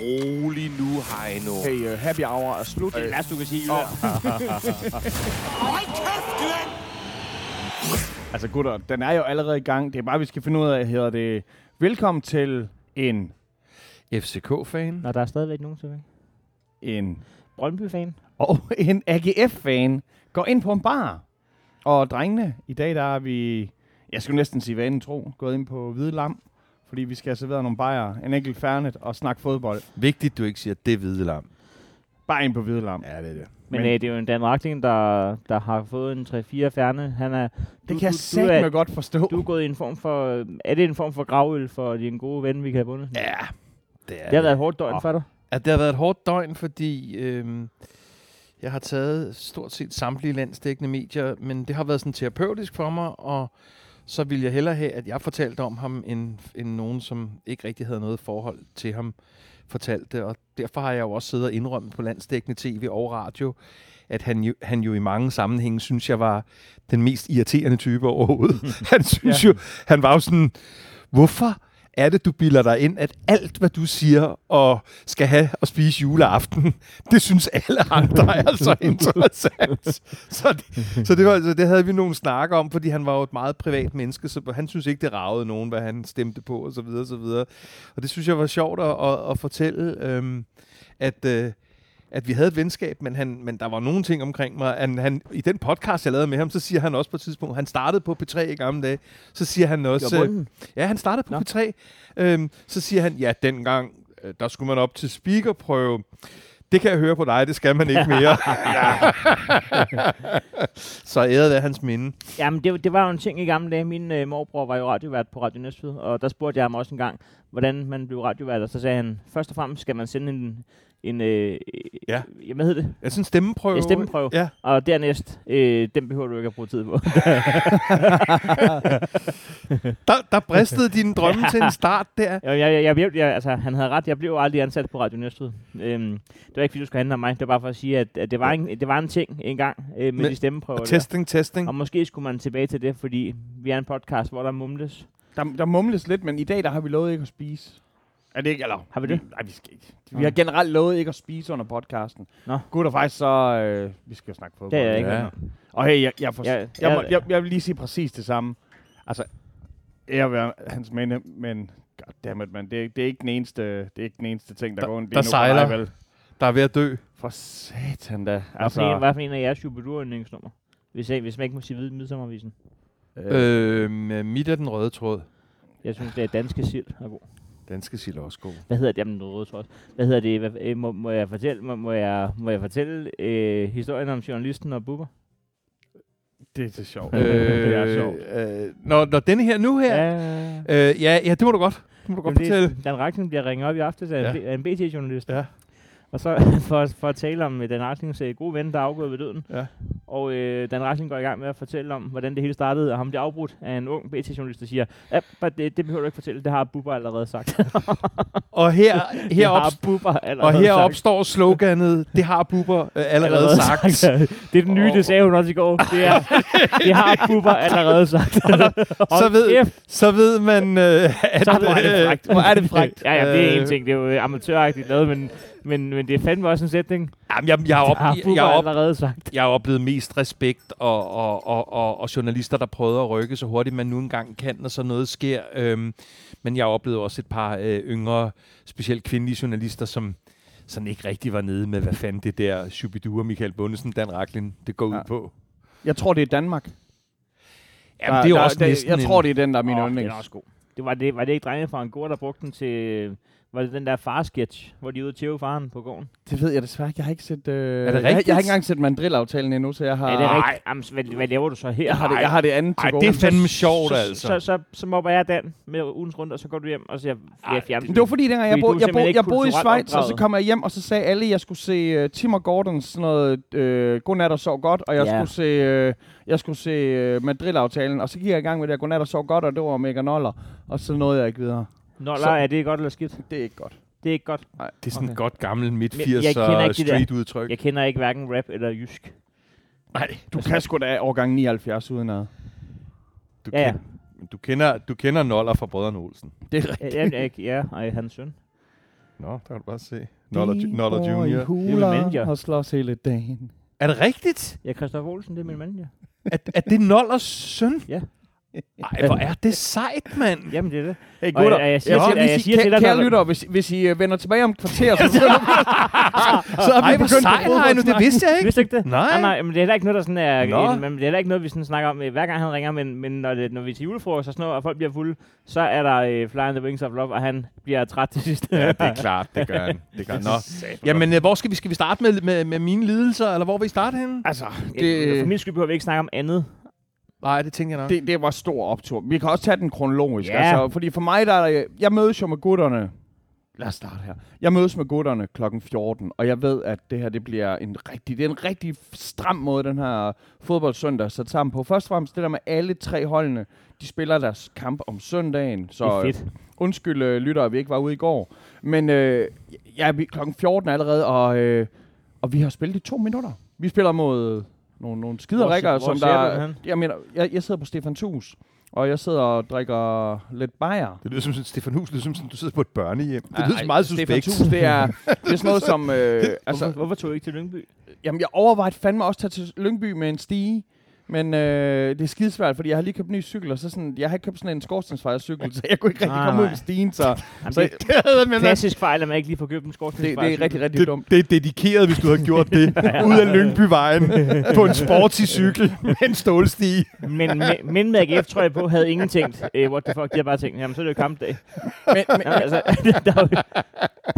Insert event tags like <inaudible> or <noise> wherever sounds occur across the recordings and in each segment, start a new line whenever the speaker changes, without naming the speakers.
rolig nu, Heino.
Hey, uh, happy hour er slut.
Det er værst, du kan sige, Jylland.
Altså gutter, den er jo allerede i gang. Det er bare, vi skal finde ud af, hedder det... Velkommen til en...
FCK-fan?
Nå, der er stadigvæk nogen tilbage.
en
Brøndby-fan.
og <laughs> en AGF-fan går ind på en bar. Og drengene, i dag der er vi, jeg skulle næsten sige vanen tro, gået ind på Hvide Lam, fordi vi skal have serveret nogle bajer, en enkelt fernet og snakke fodbold.
Vigtigt, du ikke siger, det er hvide lam.
Bare ind på Hvide Lam.
Ja, det er det.
Men,
Men-
Men øh, det er jo en Dan Rackling, der, der har fået en 3-4 fjerne. Han er,
Det kan jeg
du, du,
satme
er,
godt forstå.
du er gået i en form for... øh, Er det en form for gravøl for din gode ven, vi kan have bundet?
Ja, det er
Det har været et hårdt døgn
Åh.
for dig.
Ja, det har været et hårdt døgn, fordi øhm, jeg har taget stort set samtlige landsdækkende medier, men det har været sådan terapeutisk for mig, og så ville jeg hellere have, at jeg fortalte om ham, end, end nogen, som ikke rigtig havde noget forhold til ham, fortalte. Og derfor har jeg jo også siddet og indrømmet på landsdækkende tv og radio, at han jo, han jo i mange sammenhænge synes, jeg var den mest irriterende type overhovedet. han synes ja. jo, han var jo sådan, hvorfor er det, du bilder dig ind, at alt, hvad du siger og skal have og spise juleaften, <laughs> det synes alle andre er altså interessant. Så det, så, det var, så det havde vi nogle snakker om, fordi han var jo et meget privat menneske, så han synes ikke, det ragede nogen, hvad han stemte på og så videre og så videre. Og det synes jeg var sjovt at, at, at fortælle, øhm, at... Øh, at vi havde et venskab, men, han, men der var nogle ting omkring mig. Han, han, I den podcast, jeg lavede med ham, så siger han også på et tidspunkt, han startede på P3 i gamle dage, så siger han også... øh, Ja, han startede på
Nå.
P3. Øhm, så siger han, ja, dengang, øh, der skulle man op til speakerprøve. Det kan jeg høre på dig, det skal man ikke
<laughs>
mere. så æret være hans minde.
Jamen, det, det var jo en ting i gamle dage. Min øh, morbror var jo radiovært på Radio Næstved, og der spurgte jeg ham også en gang, hvordan man blev radiovært, og så sagde han, først og fremmest skal man sende en, en øh,
Ja.
øh, hvad hedder det?
Jeg synes, stemmeprøve...
Ja, stemmeprøve.
Ja.
Og dernæst, øh, den behøver du ikke at bruge tid på.
Der, der
<laughs>
bristede dine drømme til en start der.
jeg, jeg, jeg, jeg, jeg, altså, han havde ret, jeg blev jo aldrig ansat på Radio Næstved. Øhm, det var ikke, fordi du skulle handle om mig, det var bare for at sige, at, at det, var en, det var en ting engang øh, med
Men-
de stemmeprøver.
Og
der.
testing, testing.
Og måske skulle man tilbage til det, fordi vi er en podcast, hvor der mumles. Altså,
Der, der mumles lidt, men i dag der har vi lovet ikke at spise. Er det ikke, eller?
Har vi det?
Nej, vi skal ikke. Vi
Nå.
har generelt lovet ikke at spise under podcasten.
Nå.
Gud, og faktisk så... Øh, vi skal jo snakke fodbold.
Det er jeg ikke.
Ja.
Og hey, jeg, jeg, for,
Ja,
jeg, jeg, må-
ja.
jeg, jeg vil lige sige præcis det samme. Altså, jeg vil hans minde, men goddammit, man, det, det, er ikke den eneste, det er ikke den eneste ting, der,
Der-
går ondt.
der sejler. Der er ved at dø.
For satan da.
Altså, hvad, for en, hvad for en af jeres Jubidur-yndlingsnummer? Hvis, jeg, hvis man ikke må sige hvid midsommervisen.
øh,
Øh, midt af den røde tråd.
Jeg synes, det er danske sild er god.
Danske sild er også
<laughs>
god.
Hvad hedder det? Jamen, noget rødt også. Hvad hedder det? Hvad, øh, må, må, jeg fortælle, må, må jeg, må jeg fortælle øh, historien om journalisten og Bubber?
det er så sjovt. <laughs> det er sjovt.
øh, øh, når, når denne her nu her... Ja,
ja.
øh, ja, ja det må du godt. Det må du godt
Jamen,
fortælle.
det, Dan Rackling bliver ringet op i aftes af, ja.
Ja.
en, BT-journalist.
Ja.
Og så <laughs> for, for at tale om øh, Dan Racklings øh, gode ven, der er afgået ved døden.
Ja.
Og øh, Dan Rackling går i gang med at fortælle om, hvordan det hele startede, og ham bliver afbrudt af en ung BT-journalist, der siger, ja, bare det, det behøver du ikke fortælle, det har Bubber allerede <laughs> sagt.
Og her,
<laughs> det
her op,
har Bubber allerede
Og her
sagt. <laughs>
opstår sloganet, det har Bubber øh, allerede, allerede sagt. sagt.
Altså, det er den nye, det
Og-
sagde hun også i går. Det, er, <laughs> det har Bubber allerede sagt. <laughs>
Så
Hold
ved,
kæft,
så ved man, øh, at... <laughs>
så hvor er det frækt.
Hvor er det frækt.
<laughs> ja, ja, det er en
<laughs> Øh,
ting. Det er jo øh, amatøragtigt lavet, men, men, men det er fandme også en sætning.
Jamen, jeg, jeg, har op,
har
jeg,
Bubber
har op,
allerede sagt.
jeg har oplevet mest respekt og, og, og, og, og journalister, der prøver at rykke så hurtigt, man nu engang kan, når sådan noget sker. Øhm, men jeg oplevede også et par øh, yngre, specielt kvindelige journalister, som sådan ikke rigtig var nede med, hvad fanden det der Shubidua Michael Bundesen, Dan Raklin, det går ud
Ja.
på.
Jeg tror, det er Danmark.
Jamen, det er jo også
der,
næsten
Jeg
en-
tror, det er den, der er min
Åh,
oh, yndlings.
Den er også god. Det var, det, var det ikke drengene fra Angora, der brugte den til... Var det den der far-sketch, hvor de er ude til faren på gården?
Det ved jeg desværre ikke. Jeg har ikke set...
Er det
Øh, jeg, har- jeg,
rigtigt?
har ikke engang set mandrilaftalen endnu, så jeg har...
Ja, det er rigtigt. Jamen, så hvad, hvad laver du så her?
Jeg har det, jeg har det andet til
Ej,
gode.
det er fandme sjovt,
så,
altså.
Så, så, så, så mobber jeg den med ugens rundt, og så går du hjem, og så jeg, jeg fjerner
Men det var fordi, dengang jeg,
Fordi du
boede,
er
jeg,
simpelthen
boede,
ikke
jeg boede i Schweiz,
kulturelt
og så
opdraget.
kom jeg hjem, og så sagde alle, at jeg skulle se uh, Tim og Gordons sådan noget øh, Godnat og Sov Godt, og jeg
Ja.
skulle se, øh, jeg skulle se uh, Madrid-aftalen, og så gik jeg i gang med det her Godnat og Sov Godt, og det var mega noller, og så nåede jeg ikke videre.
Nå,
så-
så, er det godt eller skidt?
Det er ikke godt.
Det er ikke godt.
Det er sådan
Okay.
et godt gammelt
kender ikke
midt-80'er
de der-
street-udtryk.
Jeg kender ikke hverken rap eller jysk.
Nej, du kan sgu da årgang 79 uden ad.
Du,
Ja, ja.
kender, du, kender, du kender Noller fra Brødrene Olsen.
Det er rigtigt.
Jeg, jeg, jeg, ja, ej, hans søn.
Nå, der kan du bare se. Noller, Noller Junior.
Det er min manager.
huler og slås hele dagen.
Er det rigtigt?
Ja, Christoffer Olsen, det er min mand, ja.
Er, er det Nollers søn?
Ja.
Ej, hvor er det sejt, mand.
Jamen, det er det.
Hey,
Og jeg- jeg siger
Nå,
til-
hvis
jeg
I-
siger til
kære,
dig, når
kære
du-
lytter, hvis, hvis I øh, vender tilbage om et kvarter, så
<laughs>
begynder vi...
Så er vi
Ej,
Ej,
hvor
begyndt
sejt,
på fodboldsnak.
Heino, det vidste
jeg
Vidste du ikke det?
Nej.
Nej, nej, men det er heller ikke noget, der sådan er,
Nå.
en, men det er heller ikke noget, vi sådan snakker om, øh, hver gang han ringer, men, men når, det, når vi er til julefrokost og sådan noget, og folk bliver fulde, så er der øh, Fly in the Wings of Love, og han bliver træt til sidst. <laughs>
Ja, det er klart, det gør han. Det gør han. Nå. Jamen, øh, hvor skal vi, skal vi starte med, med, med mine lidelser, eller hvor vil I starte henne?
altså,
det-
det... øh, For min skyld behøver vi ikke snakke om andet.
Nej, det tænker jeg nok.
det, det var stor optur. Vi kan også tage den kronologisk.
Ja.
Altså, fordi for mig, der er, jeg mødes jo med gutterne. Lad os starte her. Jeg mødes med gutterne kl. 14, og jeg ved, at det her det bliver en rigtig, det er en rigtig stram måde, den her fodboldsøndag er sat sammen på. Først og fremmest det der med alle tre holdene, de spiller deres kamp om søndagen. Så
Det er
øh,
fedt.
Undskyld, øh, lyttere, at vi ikke var ude i går. Men øh, jeg er kl. 14 allerede, og, øh, og vi har spillet i to minutter. Vi spiller mod nogle, nogle skiderikker,
Hvor- hvor
som
ser du den
der...
henne?
Jeg, mener, jeg, jeg sidder på Stefan Thus, og jeg sidder og drikker lidt bajer.
Det lyder som sådan, Stefan Hus, lyder som sådan, du sidder på et børnehjem. Det
Ej,
lyder så meget
Stefan
suspekt.
Thus, det er, det er sådan noget
<laughs>
som... Øh,
Altså,
altså,
hvorfor, hvorfor tog I ikke til Lyngby?
jamen, jeg overvejede fandme også at tage til Lyngby med en stige. Men øh, det er skidesvært, fordi jeg har lige købt en ny cykel, og så sådan, jeg har ikke købt sådan en skorstensfejercykel, så jeg kunne ikke rigtig
Ah,
komme ud
nej.
med stigen, så
Jamen,
Så-
så, det er en klassisk fejl, at man ikke lige får købt en
det, det
skorstensfejl.
er rigtig, rigtig dumt.
Det, det er dedikeret, hvis du havde gjort det. Ud af Lyngbyvejen på en sportsig cykel med en stålstige.
Men, men, men med AGF, tror jeg på, havde ingen tænkt, eh, what the fuck, de har bare tænkt, jamen så er det jo kampdag.
Men, men,
Jamen, altså, <laughs> der er jo,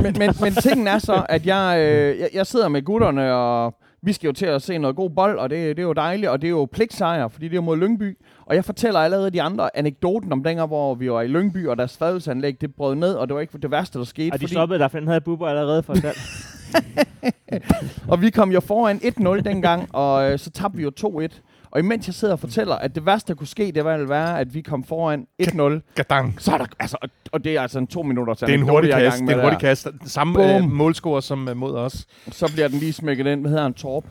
men, men, men tingen er så, at jeg, øh, jeg, jeg sidder med gutterne, og vi skal jo til at se noget god bold, og det, det er jo dejligt, og det er jo pligtsejr, fordi det er jo mod Lyngby. Og jeg fortæller allerede de andre anekdoten om dengang, hvor vi var i Lyngby, og deres fadelsanlæg, det brød ned, og det var ikke det værste, der skete.
og de stoppede der, for den havde Bubber allerede
<laughs>
for salg.
og vi kom jo foran 1-0 dengang, og øh, så tabte vi jo 2-1. Og imens jeg sidder og fortæller, at det værste, der kunne ske, det ville være, at vi kom foran 1-0.
Gadang.
Så er der, altså, og- og det er altså en to minutter
Det er en hurtig kast. Det er en hurtig kast. Samme
Bum.
øh, målscorer som øh, mod os.
så bliver den lige smækket ind. Hvad hedder han? Torp?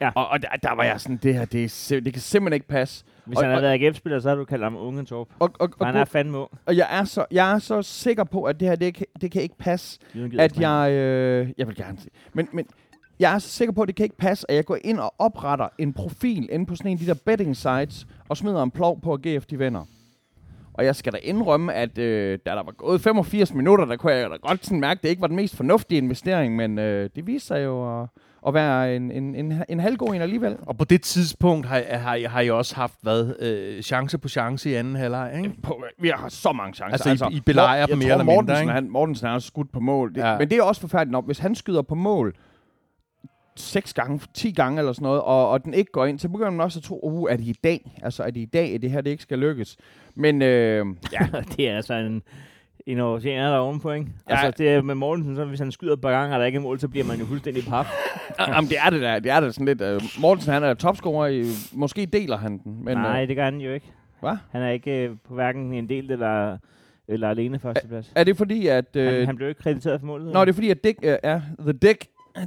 Ja.
Og, og der, der, var jeg sådan, det her, det, er sim- det kan simpelthen ikke passe.
Hvis
Og-
han havde
og-
været AGF-spiller, så havde du kaldt ham Ungen Torp.
Og, og,
For
og,
han
gu-
er fandme ung.
og jeg, er så, jeg er så sikker på, at det her, det kan, det kan ikke passe,
Jyden gider
at
ikke snakke.
jeg... Øh, jeg vil gerne se. Men, men jeg er så sikker på, at det kan ikke passe, at jeg går ind og opretter en profil inde på sådan en af de der betting sites, og smider en plov på, at GF de vinder. Og jeg skal da indrømme, at øh, da der var gået 85 minutter, der kunne jeg da godt sådan mærke, at det ikke var den mest fornuftige investering, men øh, det viste sig jo at, at være en, en, en, en halvgod en alligevel.
Og på det tidspunkt har, har, har, har I også haft hvad, øh, chance på chance i anden halvleg, ikke?
på, vi har så mange chancer.
Altså, I- I belejrer
Mor-
dem
jeg
mere
tror,
eller mindre,
Mortensen,
ikke?
Han, Mortensen har også skudt på mål. Det,
Ja.
Men det er også forfærdeligt nok. Hvis han skyder på mål 6 gange, 10 gange eller sådan noget, og, og den ikke går ind, så begynder man også at tro, uh, er det i dag? Altså, er det i dag, at det her det ikke skal lykkes? Men øh,
<laughs> det er altså en, en oceaner der er ovenpå, ikke?
Ja.
Ja. Altså, det er med Mortensen, så hvis han skyder et par gange, og der ikke er mål, så bliver man jo fuldstændig pap.
<laughs> jamen, det er det da. Det er det sådan lidt. Øh, Mortensen, han er topscorer. I, måske deler han den. <laughs> Men,
Men, Nej,
Øh,
det gør han jo ikke.
Hvad?
Han er ikke øh, på hverken en del eller, eller alene førsteplads.
er det fordi, at... Øh,
han, han blev ikke krediteret for målet.
Nå, det er fordi, at Dick, øh, ja, The Dick,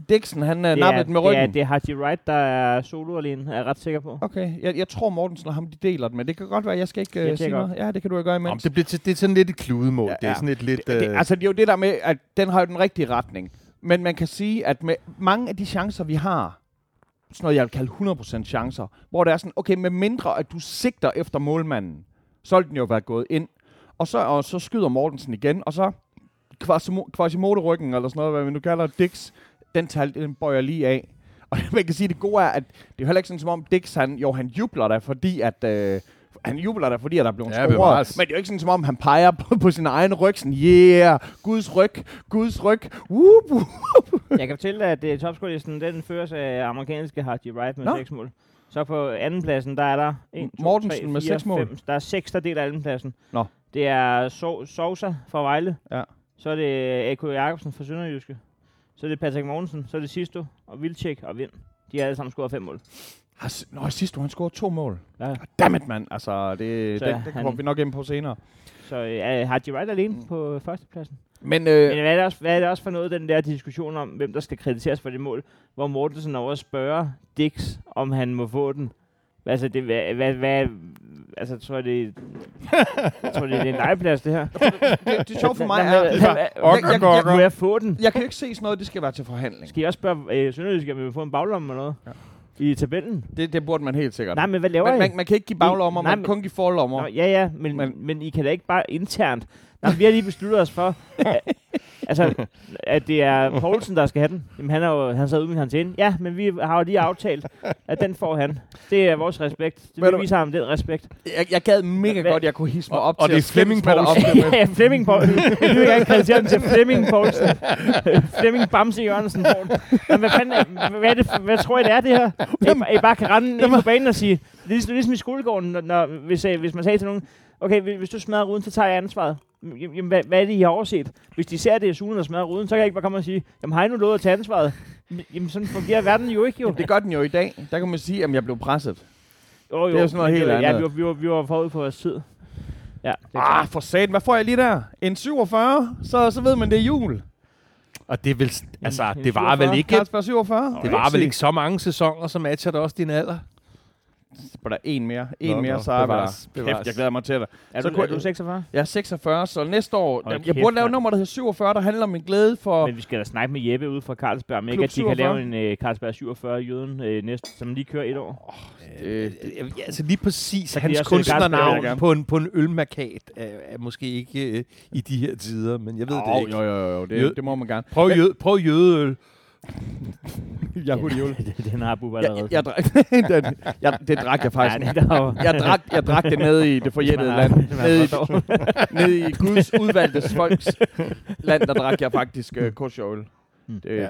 Dixon, han øh,
Det er-
nappede den med
Det
ryggen.
er, det er Haji Wright, der er solo alene, er jeg ret sikker på.
Okay, jeg, jeg tror Mortensen og ham, de deler den, men det kan godt være, jeg skal ikke
Jeg
uh, sige
tjekker op.
noget. Ja, det kan du jo gøre
Om
imens.
det, bliver til, det er sådan lidt et kludemål.
Ja,
Ja, Det er
ja.
sådan et lidt... øh,
det, det, altså, det er jo det der med, at den har jo den rigtige retning. Men man kan sige, at med mange af de chancer, vi har, sådan noget, jeg vil kalde 100% chancer, hvor det er sådan, okay, med mindre at du sigter efter målmanden, så vil den jo være gået ind. Og så, og så skyder Mortensen igen, og så Quasimo- Quasimodo-ryggen, eller sådan noget, hvad vi nu kalder Dix, den, tager, den bøjer lige af. Og <laughs> man kan sige, at det gode er, at det er heller ikke sådan, som om Dix, han, jo, han jubler der, fordi at... Øh, han jubler der, fordi at der er blevet
Ja,
ja, scoret.
bevares.
Men det er jo ikke sådan, som om han peger på, på sin egen ryg, sådan, yeah, Guds ryg, Guds ryg, whoop, whoop.
Jeg kan fortælle dig, at øh, topscorelisten, den føres af amerikanske Haji Wright med
Nå.
6 mål. Så på andenpladsen, der er der 1, 2,
Mortensen
3,
med
4,
seks mål.
5. Der er 6, der deler andenpladsen.
Nå.
Det er so- Sousa fra Vejle.
Ja.
Så er det A.K. Jacobsen fra Sønderjyske. Så er det Patrick Mogensen, så er det Sisto og Vilcek og Vind. De har alle sammen scoret 5 mål.
Har s- Nå, sidst du, han scorede to mål.
Ja.
Dammit, mand. Altså, det,
Så
det, det kommer
han-
vi nok ind på senere.
Så øh, er Haji Wright alene på øh, førstepladsen.
Men, øh,
Men hvad er, det også, hvad er det også for noget, den der diskussion om, hvem der skal krediteres for det mål, hvor Mortensen over spørger Dix, om han må få den? Hvad- Altså, det, hvad, hvad, hvad, altså, tror jeg, det, jeg tror, det, det er en legeplads, det her.
Det, det sjove for
<laughs>
mig
Nå, men,
er,
hvad- hvad-
Jeg- jeg- jeg-
Kunne jeg få den?
jeg kan jo ikke se sådan noget, det skal være til forhandling.
Skal jeg også spørge øh, Sønderjysk, om vi vil få en baglomme eller noget?
Ja.
I tabellen?
Det, det burde man helt sikkert.
Nej, men hvad laver
man,
I?
man, man kan ikke give baglommer,
Nej,
man
men-
kan kun give forlommer.
Nå, ja, ja, men,
Men-
men, men I kan da ikke bare internt. Nej, vi har lige besluttet os
<laughs>
for, at, altså, at det er Poulsen, der skal have den. Jamen, han, er jo, han sad ude med hans inde. Ja, men vi har jo lige aftalt, at den får han. Det er vores respekt.
Ved
Det
du-
vi viser ham den respekt.
Jeg, jeg gad mega
Hvad-
godt, jeg kunne hisse mig
Og-
op
og
til
det er
at skændes
Flemming
mig
Poulsen.
deroppe.
<laughs> ja, Flemming
<laughs>
Poulsen. Vi vil gerne kritisere den til Flemming Poulsen. Flemming Bamse Jørgensen. får den. Jamen, hvad, fanden, er- hvad, er det, for- hvad tror I, det er, det her? At I, I bare kan rende ind på banen og sige, det er ligesom, ligesom i skolegården, når, når, hvis, øh, hvis man sagde til nogen, okay, hvis, hvis du smadrer ruden, så tager jeg ansvaret. Jamen, hvad, hvad er det, I har overset? Hvis de ser, at det er Sune, der smadrer ruden, så kan jeg ikke bare komme og sige, jamen har I nu lovet at tage ansvaret? Jamen, sådan fungerer verden jo
<laughs>
ikke, jo.
Det gør den jo i dag. Der kan man sige, at jeg blev presset.
jo, jo
det er jo sådan noget
men
helt
var- Ja,
andet.
vi var, vi, var, vi var forud på vores tid. Ja, det er
Ah, for satan, hvad får jeg lige der? En 47, så, så ved man, det er jul.
Og det, er vel, altså,
en
det var vel
47.
ikke,
Carlsberg 47.
det var vel ikke så mange sæsoner, som matcher det også din alder.
Var der en mere? En
Nå,
mere,
nå,
så er vi
bevares,
der. Kæft,
bevares.
jeg glæder mig til det.
Er,
Så
du,
kunne-
er du 46?
Jeg er 46, så næste år...
Hold
jeg, jeg
kæft,
burde lave et
mand.
nummer, der hedder 47, der handler om min glæde for...
Men vi skal da snakke med Jeppe ude fra Carlsberg, om ikke
Klub
at de kan
47.
lave en øh, Carlsberg 47 jøden øh, næste, som lige kører et år.
Øh, det- altså lige præcis
kan jeg
hans
også sætte Carlsberg, vil jeg
kunstnernavn
gerne.
på en, på en ølmarkat er, er måske ikke øh, i de her tider, men jeg ved det
Au,
ikke.
Jo, jo, jo,
Jød-
det, det må man gerne.
Prøv, jød, prøv jødeøl.
Jeg kunne
<laughs>
jul.
den har Bubba allerede.
Jeg, jeg, drak, <laughs> den, jeg, det drak jeg faktisk.
ja, den er jo-
<laughs> Jeg drak, jeg drak det nede i det forjættede land.
Den er
Nede i, <laughs>
for dårlig.
nede i Guds udvalgte folks land, der drak jeg faktisk øh, kosherøl.
Mm.
Det,
Ja.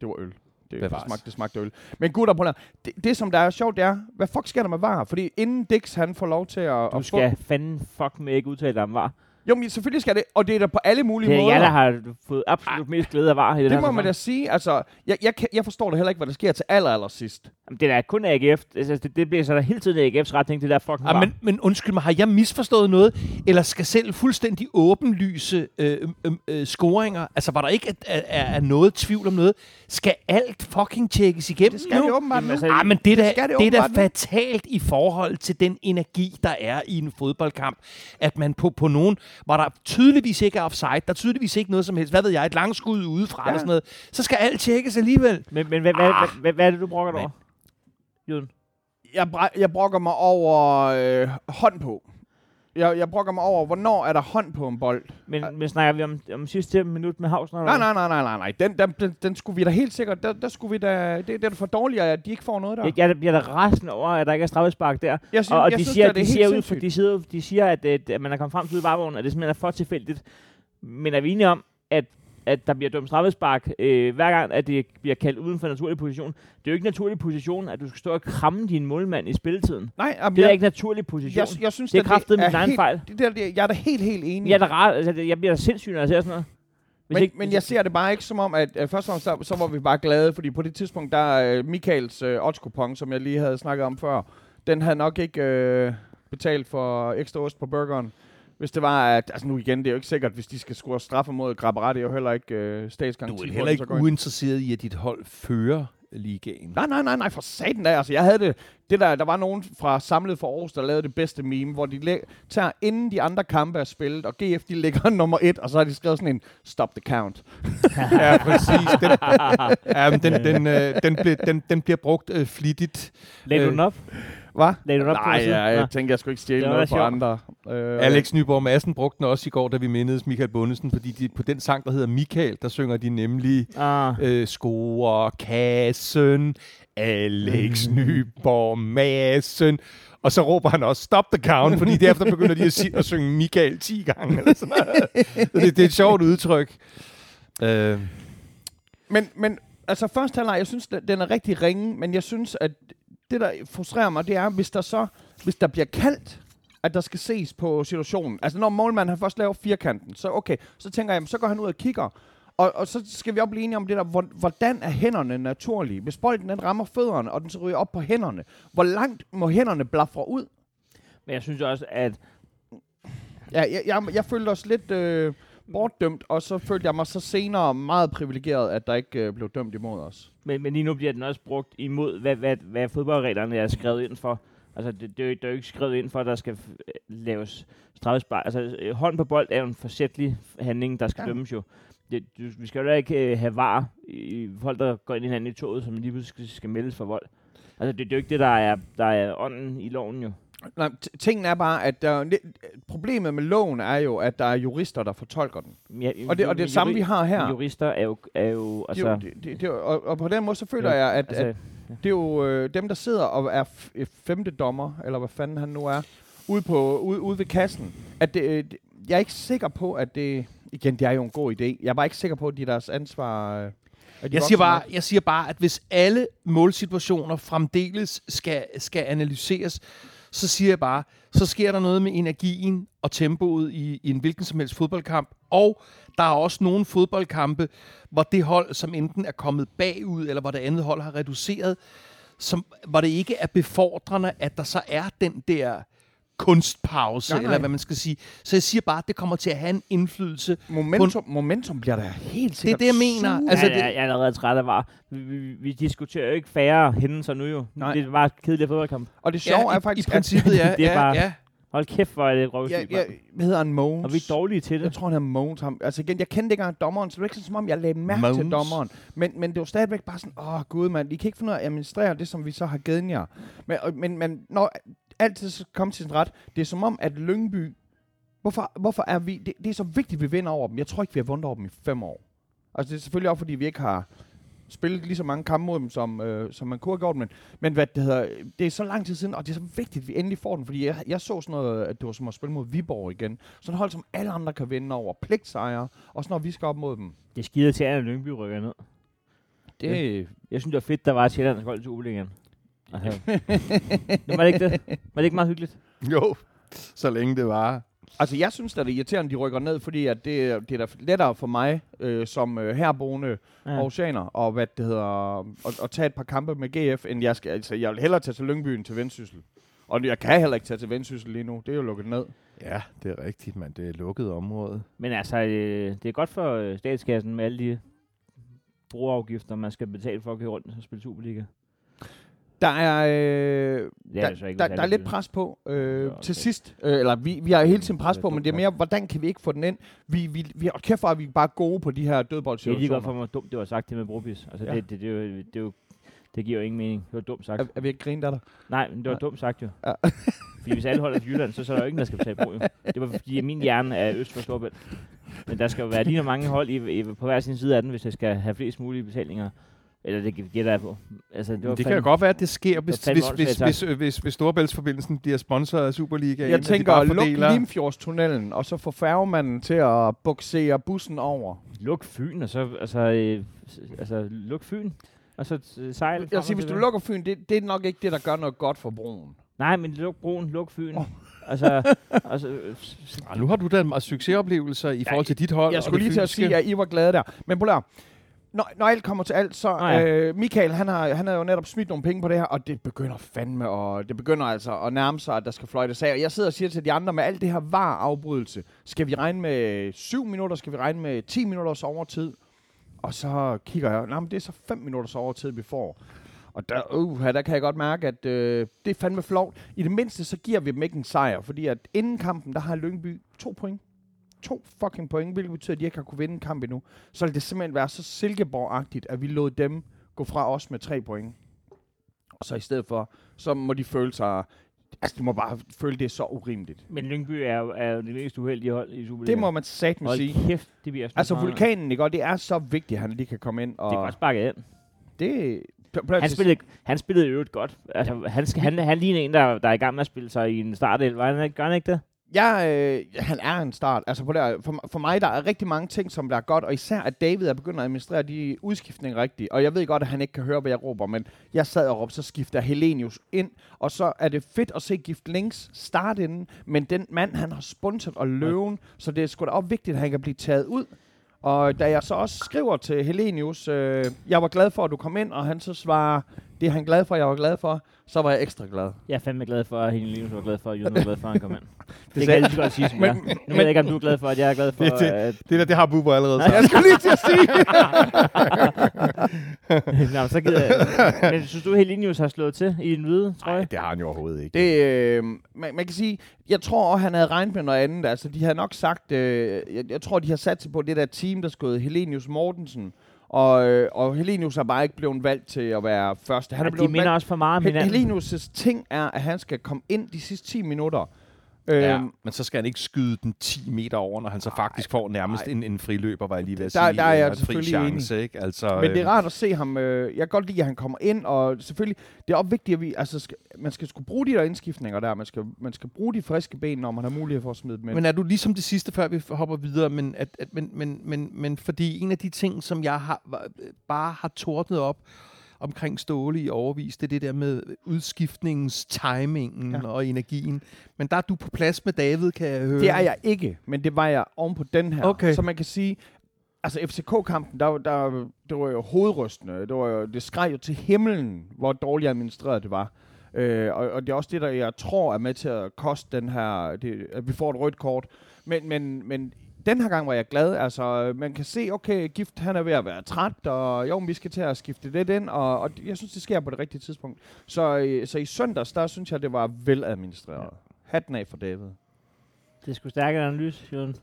det var øl. Det, det,
Bevares.
smagte, det smagte øl. Men gutter, prøv at høre. det, det, som der er sjovt, det er, hvad fuck sker der med var? Fordi inden Dix, han får lov til at...
Du
at
skal
Få,
fanden fuck med ikke udtale dig om var.
jo, men selvfølgelig skal det, og det er da på alle mulige
Det er
måder.
jeg, der har fået absolut mest glæde af var. I den
det
her
må
sæson.
man da sige. Altså, jeg, jeg, kan, jeg forstår da heller ikke, hvad der sker til aller, aller sidst.
Jamen, det er da kun AGF. Altså, det, det bliver så da hele tiden AGF's retning, det der fucking var.
Ah, men, men undskyld mig, har jeg misforstået noget? Eller skal selv fuldstændig åbenlyse øh, øh, øh, scoringer? Altså var der ikke at- at- er, er noget tvivl om noget? Skal alt fucking tjekkes igennem
Det skal jo.
nu?
vi åbenbart
Jamen,
nu.
altså,
Ah, men det,
Det
er
skal
da,
det
det er da
åbenbart nu.
fatalt i forhold til den energi, der er i en fodboldkamp. At man på, på nogen, hvor der tydeligvis ikke er offside, der tydeligvis ikke noget som helst, hvad ved jeg, et langskud udefra ja.
Ja.
eller sådan noget, så skal alt tjekkes alligevel.
men, men hvad,
Ah.
hvad, hvad, hvad, hvad er det, du brokker dig
Men-
over? Jøden.
Jeg, bra- jeg brokker mig over øh, hånd på. Jeg, jeg brokker mig over, hvornår er der hånd på en bold?
Men, men snakker vi om, om sidste minut med Havsner?
Nej, nej, nej, nej, nej, nej. Den, den, den, den skulle vi da helt sikkert, der, der skulle vi da, det, det er da for dårligt, at de ikke får noget der.
Jeg, jeg bliver da rasende over, at der ikke er straffespark der.
Jeg
Og, og de, siger,
da,
at de, siger ud, for,
sindssygt.
de, siger, de siger, at, øh, at man er kommet frem til ude i varevognen, at det simpelthen er for tilfældigt. Men er vi enige om, at, at der bliver dømt straffespark, øh, hver gang, at det bliver kaldt uden for naturlig position? Det er jo ikke naturlig position, at du skal stå og kramme din målmand i spilletiden.
Nej, jamen,
Det er
jeg,
da ikke naturlig position.
jeg, jeg, synes,
det er
da,
kraftet min egen
helt,
fejl.
Det der, det, jeg er da helt, helt enig.
Jeg, er da rar, altså, det- jeg bliver da sindssyg, når jeg ser sådan noget. Hvis
men,
ikke-
men jeg ser det bare ikke som om, at uh, først og fremmest, så, så var vi bare glade, fordi på det tidspunkt, der uh, Michaels uh, oddskupon, som jeg lige havde snakket om før, den havde nok ikke uh, betalt for ekstra ost på burgeren. Hvis det var, at, altså nu igen, det er jo ikke sikkert, hvis de skal score straffe mod Grabarat, det er jo heller ikke uh, statsgaranti.
Du er
på
heller
den, så
ikke
går jeg-
uinteresseret i, at dit hold fører ligaen.
Nej, nej, nej, nej, for satan da. Altså, jeg havde det, det der, der var nogen fra Samlet for Aarhus, der lavede det bedste meme, hvor de læ- tager, inden de andre kampe er spillet, og GF, de ligger <laughs> nummer et, og så har de skrevet sådan en, stop the count.
Ja, præcis. Den, ja, men den, den, øh, den, blev, den, den bliver brugt øh, flittigt.
Lagde du
Øh,
den op?
Hvad?
Lagde du den op på
Nej,
vores side?
ja,
Nå.
jeg tænkte, jeg skulle ikke stjæle
Det var
noget
da
fra
sjovt.
andre. Øh,
Alex Nyborg Madsen brugte den også i går, da vi mindedes Michael Bundesen, fordi de, på den sang, der hedder Michael, der synger de nemlig
Ah.
øh, score kassen, Alex Nyborg Madsen. Og så råber han også, stop the count, fordi derefter begynder de at, si- at synge Michael 10 gange. Eller sådan noget. Så det, det er et sjovt udtryk. Øh,
Men, men altså, første halvleg, jeg synes, den- den er rigtig ringe, men jeg synes, at det, der frustrerer mig, det er, hvis der så hvis der bliver kaldt, at der skal ses på situationen. Altså, når målmanden har først lavet firkanten, så okay, så tænker jeg, jamen, så går han ud og kigger, og, og så skal vi også blive enige om det der, hvor- hvordan er hænderne naturlige? Hvis bolden den rammer fødderne, og den så ryger op på hænderne, hvor langt må hænderne blafre ud?
Men jeg synes også, at
Ja, jeg, jeg, jeg følte også lidt øh, bortdømt, og så følte jeg mig så senere meget privilegeret, at der ikke øh, blev dømt imod os.
Men, men lige nu bliver den også brugt imod, hvad, hvad, hvad fodboldreglerne er skrevet ind for. Altså, det, det, er jo ikke, det er jo ikke skrevet ind for, at der skal øh, laves straffespark. Altså, øh, hånd på bold er jo en forsætlig handling, der skal
Ja.
ja. dømmes jo. Det, du, vi skal jo da ikke øh, have var i i folk, der går ind i hinanden i toget, som lige pludselig skal meldes for vold. Altså, det, det er jo ikke det, der er, der er ånden i loven jo.
Nej, t- tingen er bare, at der, er en lidt- problemet med loven er jo, at der er jurister, der fortolker den.
Ja,
Og det, og det er det samme, vi har her.
Jurister er jo... Er jo
Det, er
altså,
jo- det, det, det, er jo- og, og på den måde, så føler
Jo,
jeg, at,
altså,
at det er jo øh, dem, der sidder og er f- øh, femte dommer, eller hvad fanden han nu er, ude, på, ude, ude ved kassen. At det, øh, det- jeg er ikke sikker på, at det... Igen, det er jo en god idé. Jeg er bare ikke sikker på, at de er deres ansvar... Øh, at de
Jeg
voksne
siger, bare,
nok-
jeg siger bare, at hvis alle målsituationer fremdeles skal, skal analyseres, så siger jeg bare, så sker der noget med energien og tempoet i, i en hvilken som helst fodboldkamp. Og der er også nogle fodboldkampe, hvor det hold, som enten er kommet bagud, eller hvor det andet hold har reduceret, som, hvor det ikke er befordrende, at der så er den der kunstpause,
Nej,
nej, nej.
nej.
eller hvad man skal sige. Så jeg siger bare, at det kommer til at have en indflydelse.
Momentum, momentum bliver der
Det
helt
er
sikkert
det, jeg mener.
suget.
Altså,
Altså,
det-
ja, jeg, jeg er allerede træt af var. Vi, vi, vi diskuterer jo ikke færre hændelser nu jo.
Nej.
Nej. Det er bare kedelige fodboldkamp.
Og det sjove
i,
er faktisk,
i princippet, ja,
<laughs> det er
ja,
bare-
ja.
Hold kæft, hvor er det
at...
røvsygt.
Jeg,
mand.
jeg, hvad hedder han? Mogens?
og vi er dårlige til
Jeg
det.
tror, han er Mogens. Ham. Altså igen, jeg kendte ikke engang dommeren, så det var ikke sådan, som om, jeg lagde mærke til
Mogens.
dommeren. Men, men det var stadigvæk bare sådan, åh gud mand, I kan ikke finde ud af at administrere det, som vi så har givet jer. Men, og- men, men når altid så kom til sin ret, det er som om, at Lyngby, hvorfor, hvorfor er vi, det, det, er så vigtigt, at vi vinder over dem. Jeg tror ikke, vi har vundet over dem i fem år. Altså det er selvfølgelig også, fordi vi ikke har spillet lige så mange kampe mod dem, som, øh, som man kunne have gjort, men, men hvad det hedder, det er så lang tid siden, og det er så vigtigt, at vi endelig får den, fordi jeg, jeg så sådan noget, at det var som at spille mod Viborg igen. Sådan et hold, som alle andre kan vinde over, pligtsejre, og så når vi skal op mod dem.
Det skider til, at Lyngby rykker ned.
Det,
Jeg synes, det var fedt, der var et sjællandsk hold til Ubelingen.
<laughs>
Altså. det var det ikke det? Var det ikke meget hyggeligt?
<laughs> Jo, så længe det var.
Altså, jeg synes da, det er irriterende, de rykker ned, fordi at det, det er da lettere for mig, øh, som øh, herboende ja.
Ja.
Aarhusianer, at, hvad det hedder, at, at tage et par kampe med GF, end jeg skal. Altså, jeg vil hellere tage til Lyngby end til Vendsyssel. Og jeg kan heller ikke tage til Vendsyssel lige nu. Det er jo lukket ned.
Ja, det er rigtigt, men det er lukket område.
Men altså, øh, det er godt for øh, statskassen med alle de brugerafgifter, man skal betale for at køre rundt og spille Superliga.
Der er, øh,
Det er
der,
altså ikke
der,
særlig
der er lidt
hyggeligt.
pres på øh,
Nå,
ja,
okay.
til sidst. Øh, eller vi, vi har hele tiden pres
Det er
på, men det er
dumt
mere, hvordan kan vi ikke få den ind? Vi, vi, vi, og kæft for, at vi er bare gode på de her
Det er lige godt
dødboldsituationer.
for mig, hvor dumt det var sagt, det med brobis. Altså,
Ja.
ja. det, det, det, er jo- det, er jo- det giver jo ingen mening. Det var dumt sagt.
Er, er vi ikke grint af dig?
Nej, men det var
Nej.
dumt sagt jo.
Ja.
Ja. fordi hvis alle holder til Jylland, så, så er der jo ingen, der skal betale bro. Jo. Det var fordi, at min hjerne er øst for Storbælt. Men der skal jo være lige så mange hold i, i, på hver sin side af den, hvis jeg skal have flest mulige betalinger. Eller det gætter jeg på. Altså, det, var
Det, det kan
fandme-
jo godt være, at det sker,
Det
hvis,
var
hvis,
fandme
hvis,
åndssvagt,
hvis, øh, hvis, hvis Storebæltsforbindelsen bliver sponsoreret af Superligaen.
Jeg
at de bare
tænker, luk
fordeler-
Limfjordstunnelen, og så få færgemanden til at buksere bussen over.
Luk Fyn, og så... Altså, øh, s- altså luk Fyn, og så øh, sejl. frem
Jeg
og
siger, hvis du
tilbage.
lukker Fyn, det, det er nok ikke det, der gør noget godt for broen.
Nej, men luk broen, luk Fyn. Altså, altså, øh, s- s-
Ah, nu har du da meget succesoplevelser i forhold til dit hold.
Jeg
og
skulle
det
lige til at
fysiske.
sige, at I var glade der. Men Polar, når, når alt kommer til alt, så
Nå
ah,
ja.
øh, Michael, han har, han har jo netop smidt nogle penge på det her, og det begynder fandme, og det begynder altså at nærme sig, at der skal fløjtes af. Og jeg sidder og siger til de andre, med alt det her var afbrydelse, skal vi regne med 7 minutter, skal vi regne med 10 minutters overtid? Og så kigger jeg, nej, men det er så 5 minutters overtid, vi får. Og der, uh, der kan jeg godt mærke, at øh, det er fandme flovt. I det mindste, så giver vi dem ikke en sejr, fordi at inden kampen, der har Lyngby to point. To fucking point, hvilket betyder, at de ikke har kunne vinde en kamp endnu. Så vil det simpelthen være så Silkeborg-agtigt, at vi lod dem gå fra os med tre point. Og så i stedet for, så må de føle sig... Altså, de må bare føle, det er så urimeligt.
men Lyngby er jo, er jo det mest uheldige hold i Superligaen.
Det må man satme sige.
Hold kæft, det bliver
Altså,
snart-
vulkanen, ikke? Og det er så vigtigt, at han lige kan komme ind
Det er godt
og...
sparket ind.
Det
Han spillede, han spillede i øvrigt godt. Altså, han, skal, han, han ligner en, der, der er i gang med at spille sig i en startelv. Var han ikke- Gør han ikke det?
Jeg, øh, han er en start. Altså på der, for, for mig der er rigtig mange ting, som der er godt, og især at David er begyndt at administrere de udskiftninger rigtigt. Og jeg ved godt, at han ikke kan høre, hvad jeg råber, men jeg sad og råbte, så skifter Helenius ind, og så er det fedt at se Gift Links starte inden, men den mand, han har sponset og løven, så det er sgu da også vigtigt, at han kan blive taget ud. Og da jeg så også skriver til Helenius, øh, jeg var glad for, at du kom ind, og han så svarer, det er han glad for, jeg var glad for, så var jeg ekstra glad.
Jeg er fandme glad for, at Henning Linus var glad for, at Jørgen var glad for, at han <laughs> kom ind. Det, det kan
sagde-
jeg lige så godt sige, som
Men-
jeg. Nu ved jeg ikke, om du er glad for, at jeg er glad for,
Det-
at...
Det der, det har Bubber allerede
Nej.
sagt.
Jeg skulle lige til at sige,
Nå, så gider <laughs> jeg. Men synes du, Helinius har slået til i en hvide trøje?
Nej, det har han jo overhovedet ikke. Det, øh, man, man kan sige, jeg tror også, han havde regnet med noget andet. Altså, de havde nok sagt, øh, jeg, jeg tror, de har sat sig på det der team, der skød Helenius Mortensen. Og, øh, og Helenius er bare ikke blevet valgt til at være første. Han er
Han de
blevet
minder
valgt.
også for meget om
Hel-
hinanden.
Helenius' ting er, at han skal komme ind de sidste 10 minutter. Øhm,
Ja, men så skal han ikke skyde den 10 meter over, når han så faktisk får nærmest en, en friløber, var jeg lige ved at
Der-
sige.
der er jeg
eller en fri
selvfølgelig
chance, enig. ikke? Altså,
Men det er
øh,
rart at se ham. Øh, jeg kan godt lide, at han kommer ind, og selvfølgelig, det er også vigtigt, at vi, altså, skal, man skal skulle bruge de der indskiftninger der. Man skal, man skal bruge de friske ben, når man har mulighed for at smide dem ind.
Men er du ligesom det sidste, før vi f- hopper videre, men, at, at, men, men, men, men fordi en af de ting, som jeg har, var- øh, bare har tordnet op omkring Ståle i overvis, det er det der med udskiftningens timingen
Ja.
ja. og energien. Men der er du på plads med David, kan jeg høre.
Det er jeg ikke, men det var jeg oven på den her.
Okay.
Så man kan sige, altså FCK-kampen, der, var- der, det var jo hovedrystende. Det, var jo, det skreg jo til himlen, hvor dårligt administreret det var. Øh, og, og det er også det, der jeg tror er med til at koste den her, det, at vi får et rødt kort. Men, men, men den her gang var jeg glad. Altså, man kan se, okay, Gift han er ved at være træt, og jo, men vi skal til at skifte det ind, og, og jeg synes, det sker på det rigtige tidspunkt. Så, øh, så i søndags, der synes jeg, det var veladministreret. Hatten af for David.
Det er sgu stærkere analyse, Jørgen.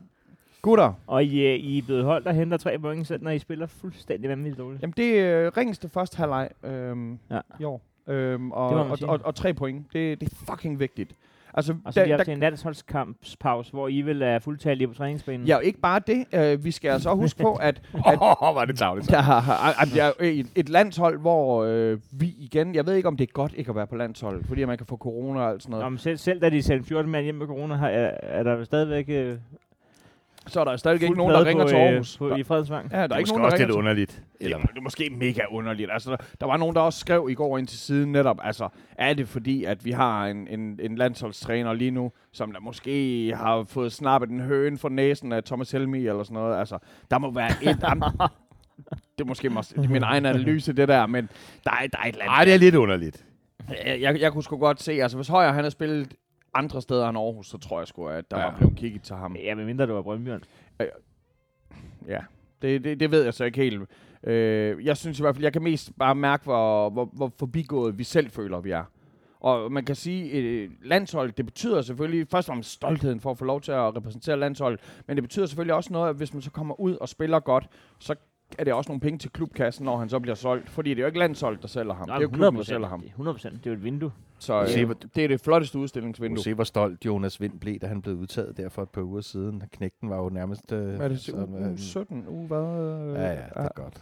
Gutter,
Og I, øh, I er blevet holdt og henter tre point selv, når I spiller fuldstændig vanvittigt dårligt.
Jamen, det er øh, ringeste første halvleg øhm, ja.
Ja.
i år. Øhm, og,
Det må man
og,
sige.
og, og tre point. Det, det er fucking vigtigt. Altså,
Og så er vi
da,
haft
da,
en landsholdskampspause, hvor I vil er fuldtallige på træningsbanen.
ja, og ikke bare det. Øh, vi skal altså også huske
<laughs>
på, at
<laughs> Åh, var det tavligt.
der, er- at der er et, et landshold, hvor øh, vi igen... Jeg ved ikke, om det er godt ikke at være på landsholdet, fordi man kan få corona og alt sådan noget.
Nå, men selv, selv da de sendte 14 mand hjem med corona, har, er, er der stadigvæk øh,
Så er der stadig ikke
fuld
nogen, der
plade
ringer
på,
til
øh,
Aarhus.
På, I Fredensvang.
Ja, der er
det
ikke
er
nogen,
måske
der ringer
også lidt
til
underligt. Eller,
Det er måske mega underligt. Altså, der, der var nogen, der også skrev i går ind til siden netop, altså, er det fordi, at vi har en, en, en landsholdstræner lige nu, som der måske har fået snappet en høne for næsen af Thomas Helmi eller sådan noget. Altså, der må være et... Am, <laughs> det er måske måske, det er min egen analyse, det der, men der er, der er et eller andet.
ej, det er lidt underligt.
Jeg, jeg, jeg kunne sgu godt se, altså, hvis Højer han har spillet andre steder end Aarhus, så tror jeg sgu, at der ja.
Ja.
var blevet kigget til ham.
Ja, medmindre du var Brøndbjørn.
Ja, det, det, det ved jeg så ikke helt. Øh, jeg synes i hvert fald, jeg kan mest bare mærke, hvor, hvor, hvor forbigået vi selv føler, vi er. Og man kan sige, øh, landshold, det betyder selvfølgelig først og fremmest stoltheden for at få lov til at repræsentere landshold, men det betyder selvfølgelig også noget, at hvis man så kommer ud og spiller godt, så er det også nogle penge til klubkassen, når han så bliver solgt. Fordi det er jo ikke landsholdet, der sælger ham. det er jo klubben, der sælger ham.
100 Det er jo et vindue.
Så
Se,
øh,
hvor-
det er det flotteste
Du
udstillingsvindue.
se, hvor stolt Jonas Vind blev, da han blev udtaget der for et par uger siden. Knægten var jo nærmest... Øh,
Hvad er det?
sådan,
U-
øh,
17? U hvad?
Ja, ja, det er godt.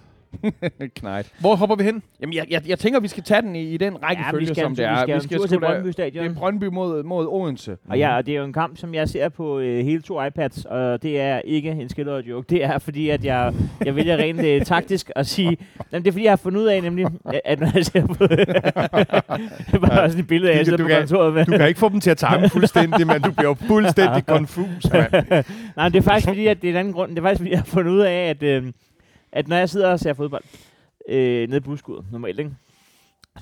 Knejt.
Hvor hopper vi hen?
Jamen, jeg, jeg, jeg tænker, vi skal tage den i, i den rækkefølge, som det er.
Vi skal, vi skal en tur
sgu
til
da-
Brøndby Stadion.
Det er Mm. Brøndby mod, mod Odense.
Og, ja, og det er jo en kamp, som jeg ser på øh, hele to iPads, og det er ikke en skildret joke. Det er fordi, at jeg, jeg vælger rent øh, taktisk at sige... Jamen, det er fordi, jeg har fundet ud af nemlig, at- at når jeg ser på... <laughs> det er bare sådan et billede af, at jeg
Du
sidder på
kan-
kontoret med.
Du kan ikke få dem til at <laughs> time fuldstændig, men du bliver jo <laughs> fuldstændig konfus, mand.
<laughs> Nej, men det er faktisk fordi, at det er en anden grund. Det er faktisk fordi, jeg har fundet ud af, at, øh, at når jeg sidder og ser fodbold øh, nede i buskuddet normalt, ikke?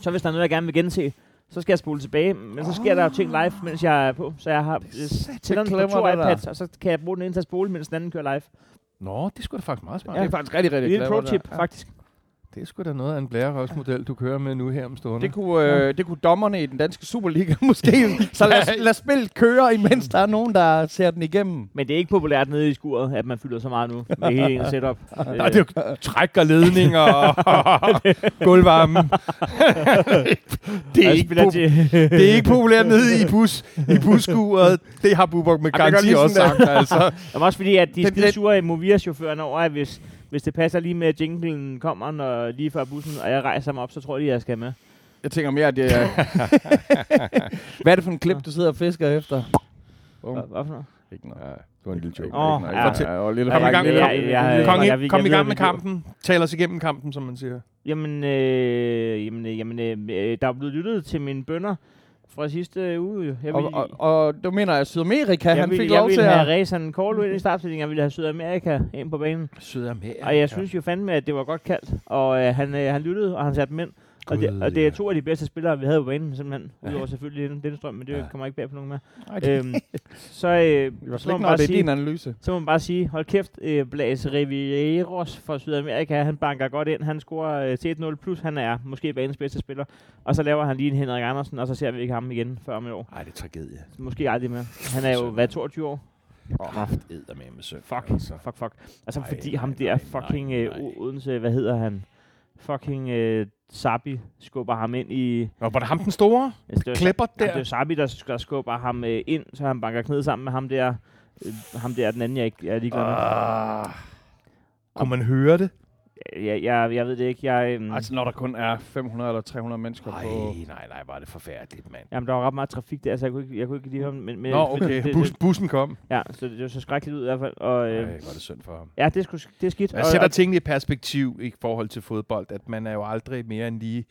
så hvis der er noget, jeg gerne vil gense, så skal jeg spole tilbage. Men så sker der jo ting live, mens jeg er på. Så jeg har tænderne på
clever,
to
det der.
iPads, og så kan jeg bruge den ene til at spole, mens den anden kører live.
Nå, det skulle da faktisk meget smart.
Det er faktisk rigtig, rigtig
Det er
glad
en
for det
pro-tip,
der.
faktisk.
Det er sgu da noget af en blærerøvsmodel, du kører med nu her om
Ja.
stunden.
Det kunne, øh, det kunne dommerne i den danske Superliga <laughs> måske. Så lad, lad spillet køre, imens der er nogen, der ser den igennem.
Men det er ikke populært nede i skuret, at man fylder så meget nu med hele ens setup.
Nej, det er jo træk og ledning <laughs> og gulvvarme. <laughs> det, er
Øh, Jeg
ikke
spiller
po-
til-
det er ikke populært nede i, bus, i busskuret. Det har Bubok med
Ej, men jeg
garanti
gør
også
ligesom
sagt. Altså.
Jamen også fordi, at de er
Den- den-
skide sure i Movia-chaufføren over, at hvis, hvis det passer lige med, at jinglen kommer, når lige før bussen, og jeg rejser mig op, så tror de, at jeg skal med.
Jeg tænker mere, at det er... <laughs> Hvad er det for en klip, du sidder og fisker efter? Bum.
Hvad, hvad for noget?
Ikke noget.
Det var en lille joke.
Åh,
Ikke noget.
ja.
Fortæl- Ja, og lille
Kom i gang,
fræk-
med
lille-
kampen.
jeg- jeg-
Kom
jeg
i-
fik-
kom i
jeg
gang
ved,
med
vi gjorde.
kampen. Tal os igennem kampen, som man siger.
Jamen, øh, jamen, øh, jamen øh, øh, der er blevet lyttet til mine bønder fra sidste uge. jo. Jeg
Og, og, og du mener, at Sydamerika,
jeg
han
ville,
fik
jeg
lov
ville
til
have
at...
Rezan Korlo ind i startstillingen, jeg ville have Sydamerika ind på banen.
Sydamerika.
Og jeg synes jo fandme, at det var godt kaldt. Og øh, han, øh, han lyttede, og han satte dem ind. Og det,
Gud,
og det er
ja.
to af de bedste spillere, vi havde på banen, simpelthen. Udover selvfølgelig den, den strøm, men det
Ja.
ja. kommer ikke bag på nogen mere.
Okay.
øhm, så, øh,
det var
så,
slet
må
ikke
man bare
noget, det er
sige,
din analyse.
så må man bare sige, hold kæft, øh, Blas Rivieros fra Sydamerika, han banker godt ind, han scorer øh, til 1-0, plus han er måske banens bedste spiller. Og så laver han lige en Henrik Andersen, og så ser vi ikke ham igen før om et år.
Ej, det er tragedie.
Måske aldrig mere. Han
Altså-
er jo, hvad, 22 år? Ah,
Kraft æder med med søn.
Fuck,
Altså.
fuck, fuck. Altså,
Nej,
fordi
nej,
ham
nej,
der fucking
nej,
øh,
nej.
U- Odense, hvad hedder han? Fucking øh, Sabi skubber ham ind i...
Nå, var det ham den store?
Altså, det var-
Klipper
Jamen, det er jo
der?
Sabi, der, sk- der skubber ham øh, ind, så han banker knæet sammen med ham der. Øh, ham der, den anden, jeg, ikke, jeg er ligeglad med.
Ah, kunne man høre det?
Jeg, jeg, jeg ved det ikke. Jeg, øhm,
Altså, når der kun er 500 eller 300 mennesker
Ej,
på...
nej, nej, var det forfærdeligt, mand.
jamen, der var ret meget trafik der, så jeg kunne ikke, jeg kunne ikke lige høre dem, men, men
Nå,
men
okay.
Det,
Bus,
det,
bussen kom.
ja, så det, det så skrækkeligt ud i hvert fald. Og,
Ej,
øh,
var det synd for ham.
ja, det er, sgu, det er skidt.
Jeg sætter tingene i perspektiv i forhold til fodbold, at man er jo aldrig mere end lige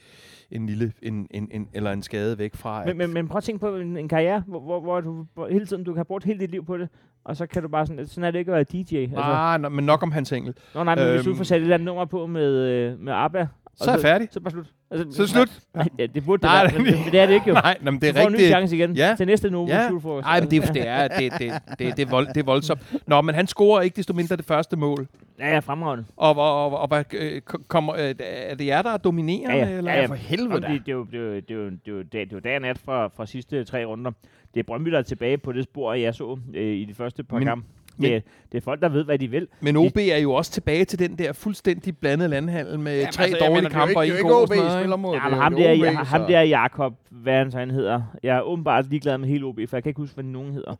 en lille, en, en, en, eller en skade væk fra.
Men, men, men prøv at tænke på en, en karriere, hvor, hvor, hvor du hvor hele tiden, du kan have brugt hele dit liv på det, og så kan du bare sådan, sådan er det ikke at være DJ.
at,
Altså,
ah, nå, men nok om hans engel.
nå nej, men hvis du
øhm.
får sat et eller andet nummer på med, øh, med ABBA,
Så er jeg færdig.
så er det bare slut. Altså,
Så er det slut.
Nej, ja, det burde det
Nej,
være,
det er
men, det,
ikke.
men det er det ikke <laughs> jo.
<laughs> Nej, nå, men det
Du får
er
en ny
rigtigt.
chance igen
Ja.
til næste Novo
Ja.
julefrokost.
Nej, men det, er- det, er, det, det, det, det, er vold, det er voldsomt. Nå, men han scorer ikke desto mindre det første mål.
Ja, ja, fremragende.
Og, og, og, og hvad, øh, ko- kommer, øh, er det jer, der er dominerende?
Ja, ja.
Eller?
Ja, ja.
for
Jamen,
helvede da.
det, det, er jo, det, er jo, det, er jo, det, er jo, dag- det er jo dag og nat fra, fra sidste tre runder. Det er Brøndby, der er tilbage på det spor, jeg så øh, i de første par
Men-
kampe.
men-
Det, er- det er folk, der ved, hvad de vil.
Men OB er jo også tilbage til den der fuldstændig blandede landhandel med
Jamen,
tre
altså, jeg
dårlige
mener, det er jo
kamper
ikke-
og
det
en
er jo
god og
ikke
sådan
OB 's
noget, ikke?
spillermål,
Ja,
det
men
er
ham
jo
der,
OB,
ja, ham
så-
der Jakob, hvad han så han hedder. Jeg er åbenbart ligeglad med hele OB, for jeg kan ikke huske, hvad nogen hedder.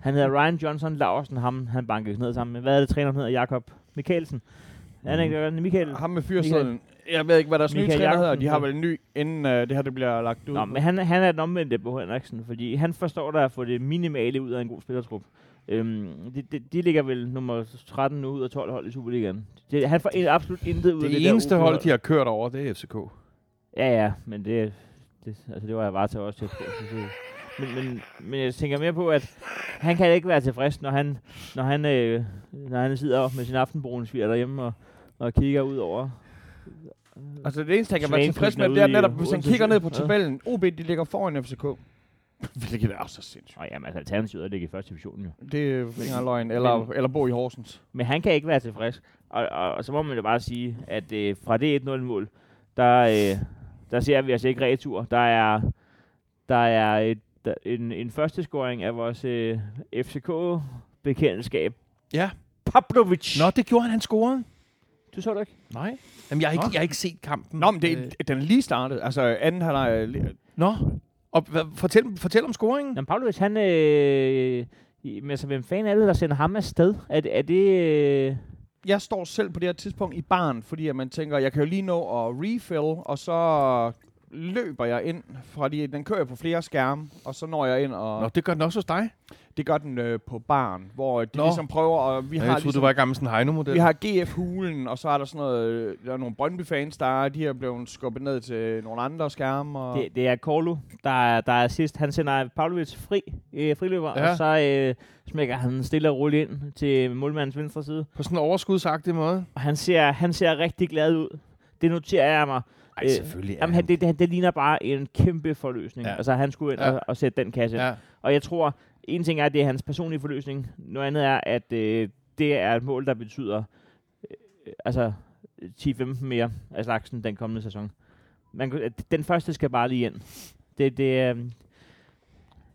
Han hedder Ryan Johnson Larsen, ham han bankede ned sammen med. Hvad er det, træneren hedder? Jakob Mikkelsen. Han er ikke
Mm.
hvad er det, Michael.
Ham med fyrsædlen. Jeg ved ikke, hvad deres nye
Michael
træner hedder.
Jacobsen.
De har vel en ny, inden øh, det her det bliver lagt ud.
Nå, men han, han er den omvendte på Henriksen, fordi han forstår da at få det minimale ud af en god spillertrup. Øhm, de, de, de ligger vel nummer 13 nu ud af 12 hold i Superligaen. Det, han får en, absolut intet ud af det
Det eneste
der
hold,
OB
de har kørt over, det er FCK.
Ja, ja, men det, det, altså det var jeg bare til også til. Men, men, men jeg tænker mere på, at han kan ikke være tilfreds, når han, når han, øh, når han sidder med sin aftenbrune sviger derhjemme og, og kigger ud over.
Altså det eneste, jeg kan være
Svanen
tilfreds med,
kigger
det er
ud i
netop, hvis han
Odense
kigger
Sø.
ned på
Ja.
tabellen. OB, de ligger foran FCK. <laughs> Hvilket er så sindssygt.
Og jamen, altså alternativet er at ligge i første division jo.
Det er ikke løgn. Eller, eller bo i Horsens.
Men han kan ikke være tilfreds. Og, og, og så må man jo bare sige, at øh, fra det 1-0-mål, der, øh, der ser vi altså ikke retur. Der er, der er et, der, en, en første scoring af vores øh, FCK-bekendtskab.
Ja.
Pavlovic.
Nå, det gjorde han, han scorede.
Du så det ikke?
Nej. Jamen, jeg har ikke,
Nå.
jeg har ikke set kampen.
Nå, men det,
Øh,
øh. den er lige startet. Altså anden halvleg. er lige-
Nå. Og hvad, fortæl, fortæl om scoringen.
Jamen, Pavlovic, han... Øh, i- men altså, hvem fanden er det, der sender ham afsted? Er, det- er det... Øh,
Jeg står selv på det her tidspunkt i baren, fordi at man tænker, jeg kan jo lige nå at refill, og så løber jeg ind, fordi den kører jeg på flere skærme, og så når jeg ind, og
Nå, det gør den også hos dig.
det gør den øh, på baren, hvor de
Nå.
ligesom prøver, og vi
Vi har jeg
har
troede,
ligesom
du var i gammel sådan Heino-model.
Vi har GF-hulen, og så er der sådan noget, øh, der er nogle Brøndby-fans, der er, de er blevet skubbet ned til nogle andre skærme. Og
det, det er Korlu, der, er- der er sidst. Han sender Pavlovic fri, øh, friløber,
Ja.
ja. og så øh, smækker han stille og roligt ind til målmandens venstre side.
På sådan en overskudsagtig måde.
Og han ser, han ser rigtig glad ud. Det noterer jeg mig.
Ej,
Øh,
selvfølgelig. er
Jamen, han, det, det, det ligner bare en kæmpe forløsning.
Ja.
Ja. Altså, han skulle ind
Ja.
ja. og, og sætte den kasse. Ja.
Ja.
Og jeg tror, en ting er, at det er hans personlige forløsning. Noget andet er, at øh, det er et mål, der betyder øh, altså 10-15 mere af slagsen den kommende sæson. Man, kunne- at den første skal bare lige ind. Det, det er... Øh,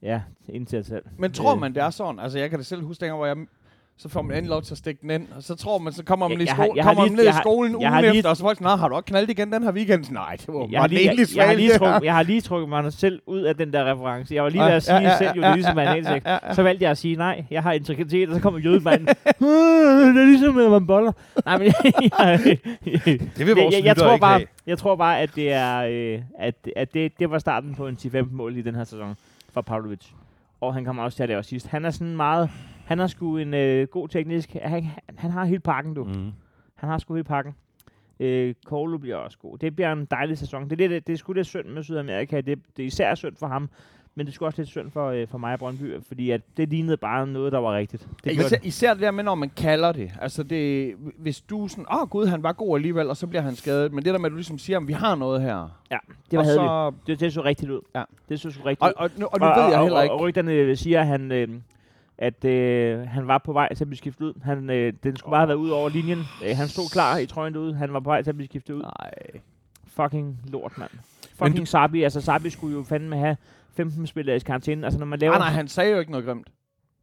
ja, indtil selv.
Men tror
Øh.
man, det er sådan? Altså, jeg kan da selv huske dengang, hvor jeg så får man endelig lov til at stikke den ind, og så tror man, så kommer man,
Jeg-
lige i
jeg har-
sko-
jeg har
kommer man
lige-
ned
jeg
i
har-
skolen
jeg
ugen
har lige-
efter, og så folk, nej, har du også knaldt igen den her weekend? Nej, det var
Jeg har,
bare
lige, jeg,
Nellis
jeg, har lige
fejl, det her.
trukket, jeg har lige trukket mig selv ud af den der reference. Jeg var
Ah,
lige ved at sige
Ja, ja,
selv, jo, det er ligesom en ansigt.
ja, ja.
Så valgte jeg at sige nej, jeg har integritet, og så kommer jødemanden.
<laughs>
"Øh, det er ligesom, at man boller. Nej, men <laughs> jeg,
Det vil vores
jeg, jeg, tror
ikke
bare,
have.
jeg tror bare, at det er øh, at, at det, det var starten på en 10-15 mål i den her sæson for Pavlovic. Og han kommer også til at lave sidst. Han er sådan meget... Han har sgu en øh, god teknisk... Han, han har hele pakken, du.
Mm.
Han har sgu hele pakken. Øh, Koglu bliver også god. Det bliver en dejlig sæson. Det er, lidt, det er sgu lidt synd med Sydamerika. Det, det er især synd for ham. Men det skulle også lidt synd for, øh, for mig og Brøndby, fordi at det lignede bare noget, der var rigtigt. Det
Især,
gjorde,
især det der med, når man kalder det. Altså det, hvis du sådan, åh oh, gud, han var god alligevel, og så bliver han skadet. Men det der med, at du ligesom siger, at vi har noget her.
det var
og
havde vi.
så,
Det, det så rigtigt ud.
Ja.
Det så sgu rigtigt
og,
ud.
og, nu, og nu ved jeg heller
og,
ikke.
Og rygterne siger, at han, øh, at øh, han var på vej til at blive skiftet ud. Han, øh, den skulle bare have været ud over linjen. Øh, han stod klar i trøjen derude. Han var på vej til at blive skiftet ud.
Nej.
Fucking lort, mand. Fucking du... Sabi. Altså, Sabi skulle jo fandme have 15 spillere i karantæne. Altså, når man laver...
Ah, nej, han sagde jo ikke noget grimt.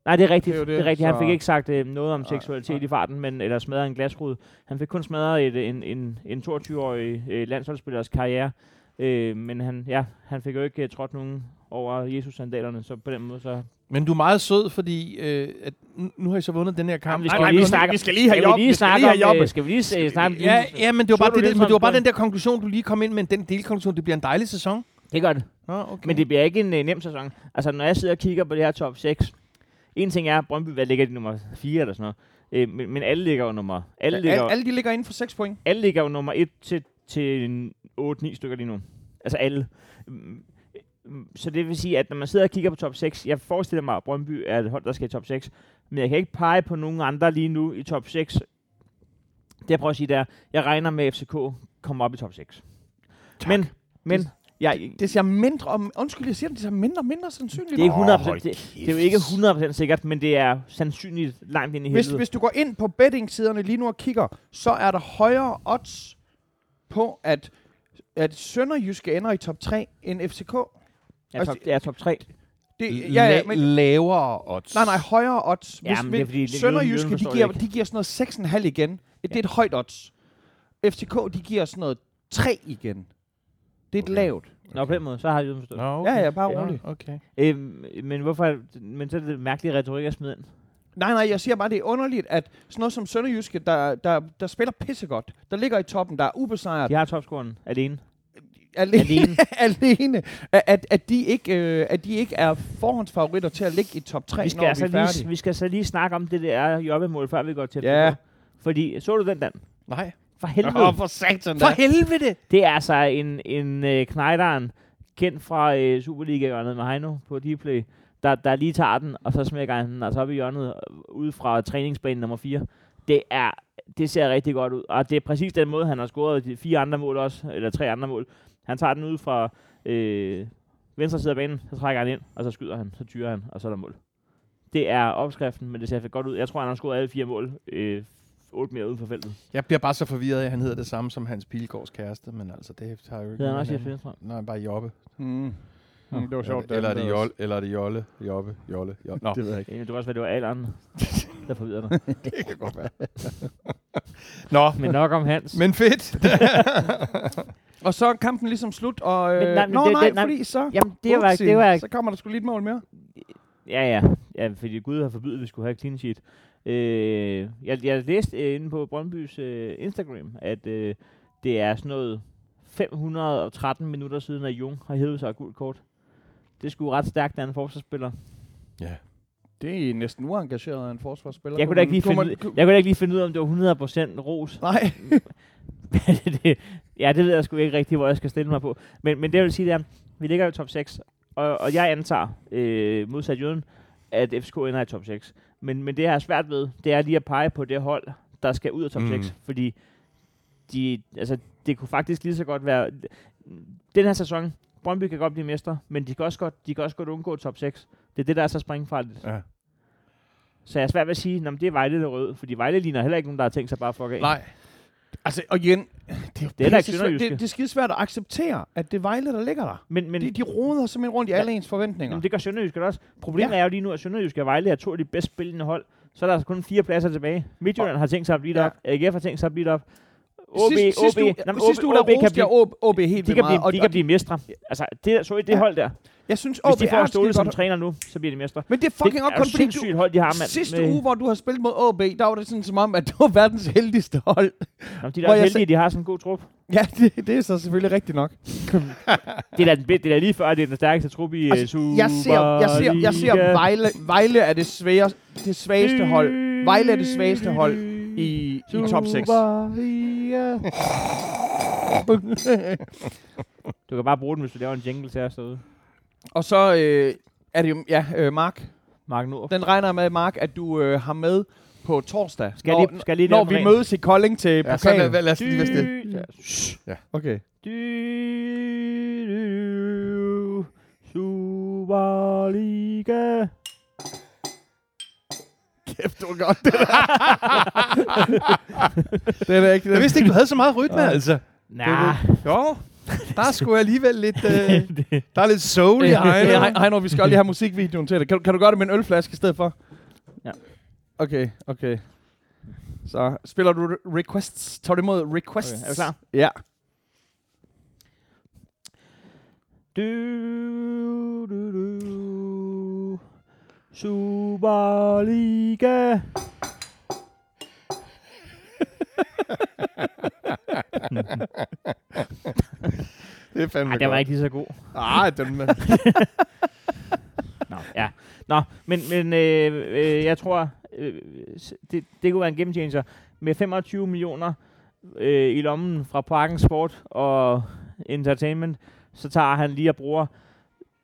Nej, det er rigtigt.
Det
Det
er jo det,
er, det, er rigtigt. Han
så-
fik ikke sagt øh, noget om
Nej,
seksualitet
nej.
i farten, men eller smadret en glasrude. Han fik kun smadret et, en, en, en 22-årig øh, landsholdsspillers karriere. Øh, men han, ja, han fik jo ikke øh, trådt nogen over Jesus-sandalerne, så på den måde så...
Men du er meget sød, fordi øh, at nu, nu har I så vundet den her kamp.
Jamen, vi
Ej,
skal
nej,
lige
men-
snakke-
Vi skal lige have
skal
job.
vi lige
skal
snakke
lige have
om...
jobbet.
Øh, skal vi lige øh, snakke om...
Ja, ja, men det var,
Så
bare,
du
det,
det
det, men det var
som-
bare den der konklusion, du lige kom ind med, den delkonklusion, det bliver en dejlig sæson.
Det gør det.
Nå, okay.
Men det bliver ikke en øh, nem sæson. Altså, når jeg sidder og kigger på det her top 6, en ting er, Brøndby, hvad ligger de nummer 4 eller sådan noget? Øh, men, men alle ligger jo nummer... Alle ligger,
Alle, alle de ligger inden for 6 point.
alle ligger jo nummer 1 til, til 8-9 stykker lige nu. Altså alle. Mm, mm, Så det vil sige, at når man sidder og kigger på top 6, jeg forestiller mig, at Brøndby er et hold, der skal i top 6, men jeg kan ikke pege på nogen andre lige nu i top 6. Det jeg prøver at sige, der, jeg regner med, at FCK kommer op i top 6.
Tak.
Men, men, jeg,
Det ser mindre om... Undskyld, jeg siger det, det ser mindre og mindre sandsynligt.
det er ikke
Åh,
100
hold
det, det, er jo ikke 100 sikkert, men det er sandsynligt langt ind i
Hvis,
helvede.
hvis du går ind på betting-siderne lige nu og kigger, så er der højere odds på, at, at Sønderjyske ender i top 3 end FCK.
Jeg er top,
altså-
jeg er top 3.
Det, ja, ja, men,
lavere odds.
nej, nej, højere odds. Hvis,
Ja, men det er fordi,
hvis
det-
Sønderjyske,
lyden
de
forstår
giver,
jeg
de giver sådan noget 6,5 igen. Det er et højt odds. FCK, de giver sådan noget 3 igen. Det er et
Okay.
lavt.
Nå, på den måde, så har jeg jo forstået.
Nå, okay.
Okay. Ja, ja, bare
Nå,
roligt.
okay.
Øhm, men hvorfor, er det- men så er det mærkelig retorik at smide ind.
Nej, nej, jeg siger bare, det er underligt, at sådan noget som Sønderjyske, der, der, der spiller pissegodt, der ligger i toppen, der er ubesejret,
De
ja.
har topscoren alene.
alene, <laughs>
alene.
alene at, at, de ikke, øh, at de ikke er forhåndsfavoritter til at ligge i top 3,
Vi
når
skal, altså
vi er
lige,
færdige.
vi skal så lige snakke om det der jobbemål, før vi går til
Ja.
FCK. Fordi, så du den der?
Nej.
For helvede.
for satan
For helvede!
Det er altså en, en øh, knejderen, kendt fra øh, Superliga-hjørnet med Heino på Dplay, der, der lige tager den, og så smækker han den altså op i hjørnet øh, ud fra træningsbanen nummer 4. Det er det ser rigtig godt ud. Og det er præcis den måde, han har scoret de fire andre mål også, eller tre andre mål. Han tager den ud fra øh, venstre side af banen, så trækker han ind, og så skyder han, så tyrer han, og så er der mål. Det er opskriften, men det ser godt ud. Jeg tror, han har scoret alle fire mål, øh, otte mere uden for feltet.
Jeg bliver bare så forvirret, af, at han hedder det samme som Hans Pilgaards kæreste, men altså, det har jo ikke...
Hedder han
noget
også
med
Jesper
hinanden.
Lindstrøm?
Nej, bare Jobbe.
Mm. Mm, det var sjovt.
eller, er det
den
Jolle, eller er det Jolle? Jobbe, Jolle, Jolle. Nå,
Det ved jeg ikke.
Ja, Det var også, hvad det var <laughs> alderen, der forvirrer mig. <laughs>
det kan godt være. Nå,
Men nok om Hans.
men fedt.
Og så er kampen ligesom slut, og... Øh,
Men nej, men
nå,
det-
nej,
det- nej,
fordi så...
Jamen, det var,
Upsi,
det var,
Så kommer der sgu lige et mål mere.
ja, ja, ja, fordi Gud har forbydet, at vi skulle have et clean sheet. Øh, jeg, jeg læste øh, inde på Brøndbys øh, Instagram, at øh, det er sådan noget 513 minutter siden, at Jung har hævet sig af gult kort. Det skulle ret stærkt, da han er forsvarsspiller.
Det er næsten uengageret af en forsvarsspiller.
Jeg kunne da ikke lige finde, ud- jeg kunne da ikke lige finde ud af, om det var 100% ros.
Nej. <laughs>
<laughs> det, det- ja, det ved jeg sgu ikke rigtigt, hvor jeg skal stille mig på. Men, men det jeg vil sige, det er, vi ligger jo i top 6, og, og jeg antager, øh, modsat Jøden, at FCK ender i top 6. Men, men det, jeg har svært ved, det er lige at pege på det hold, der skal ud af top
Mm.
mm. 6, fordi de, altså, det kunne faktisk lige så godt være... Den her sæson, Brøndby kan godt blive mester, men de kan også godt, de kan også godt undgå top 6. Det er det, der er så springfarligt.
Ja.
Så jeg er svært ved at sige, at det er Vejle der er rød, fordi Vejle ligner heller ikke nogen, der har tænkt sig bare at fuck af.
Nej,
Altså, og igen, det er, jo
Det er da ikke
pisse svært- det,
sønderjyske.
det er skidesvært at acceptere, at det er Vejle, der ligger der.
Men, men,
De, de roder simpelthen rundt i alle ens forventninger.
Jamen, det gør Sønderjysk også. Problemet ja. er jo lige nu, at Sønderjysk og Vejle er to af de bedst spillende hold. Så er der altså kun fire pladser tilbage. Midtjylland har tænkt sig at blive
Ja.
derop. AGF har tænkt sig at blive derop. OB,
sidste, sidste,
OB,
uge,
Nå, men
sidste uge, der
OB kan
roste jeg
blive,
OB, OB helt
de
vildt
kan
meget.
blive,
Og,
de kan blive mestre. Altså, det, så i det
Ja.
hold der.
og jeg synes,
Hvis
OB
de
er
får
et
Ståle
skidt
som
godt.
træner nu, så bliver de mestre.
Men det er
Det
fucking
er
også
jo
kun fordi,
sindssygt hold, de har,
du,
mand.
sidste
Med-
uge, hvor du har spillet mod OB, der var det sådan som om, at det var verdens heldigste hold.
Nå, de er da
hvor
også
jeg
heldige, at de har sådan en god trup.
Ja, det, det er så selvfølgelig rigtigt nok.
Det er da, den, bed- det er da lige før, at det er den stærkeste trup i
Altså,
altså,
Jeg ser, jeg ser, jeg ser Vejle, Vejle er det, svære, det svageste hold Vejle er det svageste hold i, i top 6.
<laughs> Du kan bare bruge den, hvis du laver en jingle til os derude.
Og så øh, er det jo, ja, øh, Mark.
Mark Nord.
Den regner jeg med, Mark, at du øh, har med på torsdag.
Skal jeg
når,
lige, skal jeg lige
når
lave den
vi
ren?
mødes i Kolding til
Ja,
pokalen.
så lad, lad os lige være stille.
Dy-
Okay.
dy- dy- dy- Superliga.
Kæft, du godt, det der. den er ikke altså.
Jeg
den.
vidste ikke, du havde så meget rytme, altså.
Nej,
Jo, der er sgu alligevel lidt,
<laughs>
<laughs>
øh, der er lidt soul i
Øh, øh,
hegnet.
Heino, Heino, vi skal også lige have musikvideoen til det. Kan, du- kan du gøre det med en ølflaske i stedet for?
Ja.
Okay, okay. Så spiller du re- requests. Tager du imod requests?
Okay, er du klar?
Ja.
Du, du, du. Superliga.
Det er fandme
Nej, den var ikke lige så god.
Ej, den er...
Nå, ja. Nå, men, men øh, øh, jeg tror, øh, s- det, det kunne være en game changer. Med 25 millioner øh, i lommen fra Parken Sport og Entertainment, så tager han lige og bruger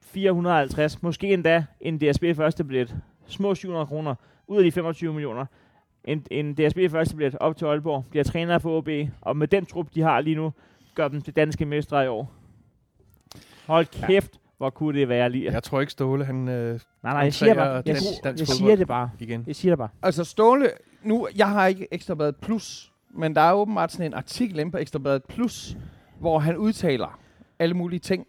450, måske endda en DSB første billet. Små 700 kroner ud af de 25 millioner. En, en DSB første billet op til Aalborg, bliver træner på OB, og med den trup, de har lige nu, gør dem til danske mestre i år. Hold kæft, hvor kunne det være lige.
Jeg tror ikke, Ståle, han øh,
Nej, nej, jeg
Omsager
siger, bare, jeg,
dansk-
siger-
dansk
jeg
fodbold.
siger det bare.
igen.
Jeg siger det bare.
Altså Ståle, nu, jeg har ikke Ekstrabladet Plus, men der er åbenbart sådan en artikel inde på Ekstrabladet Plus, hvor han udtaler alle mulige ting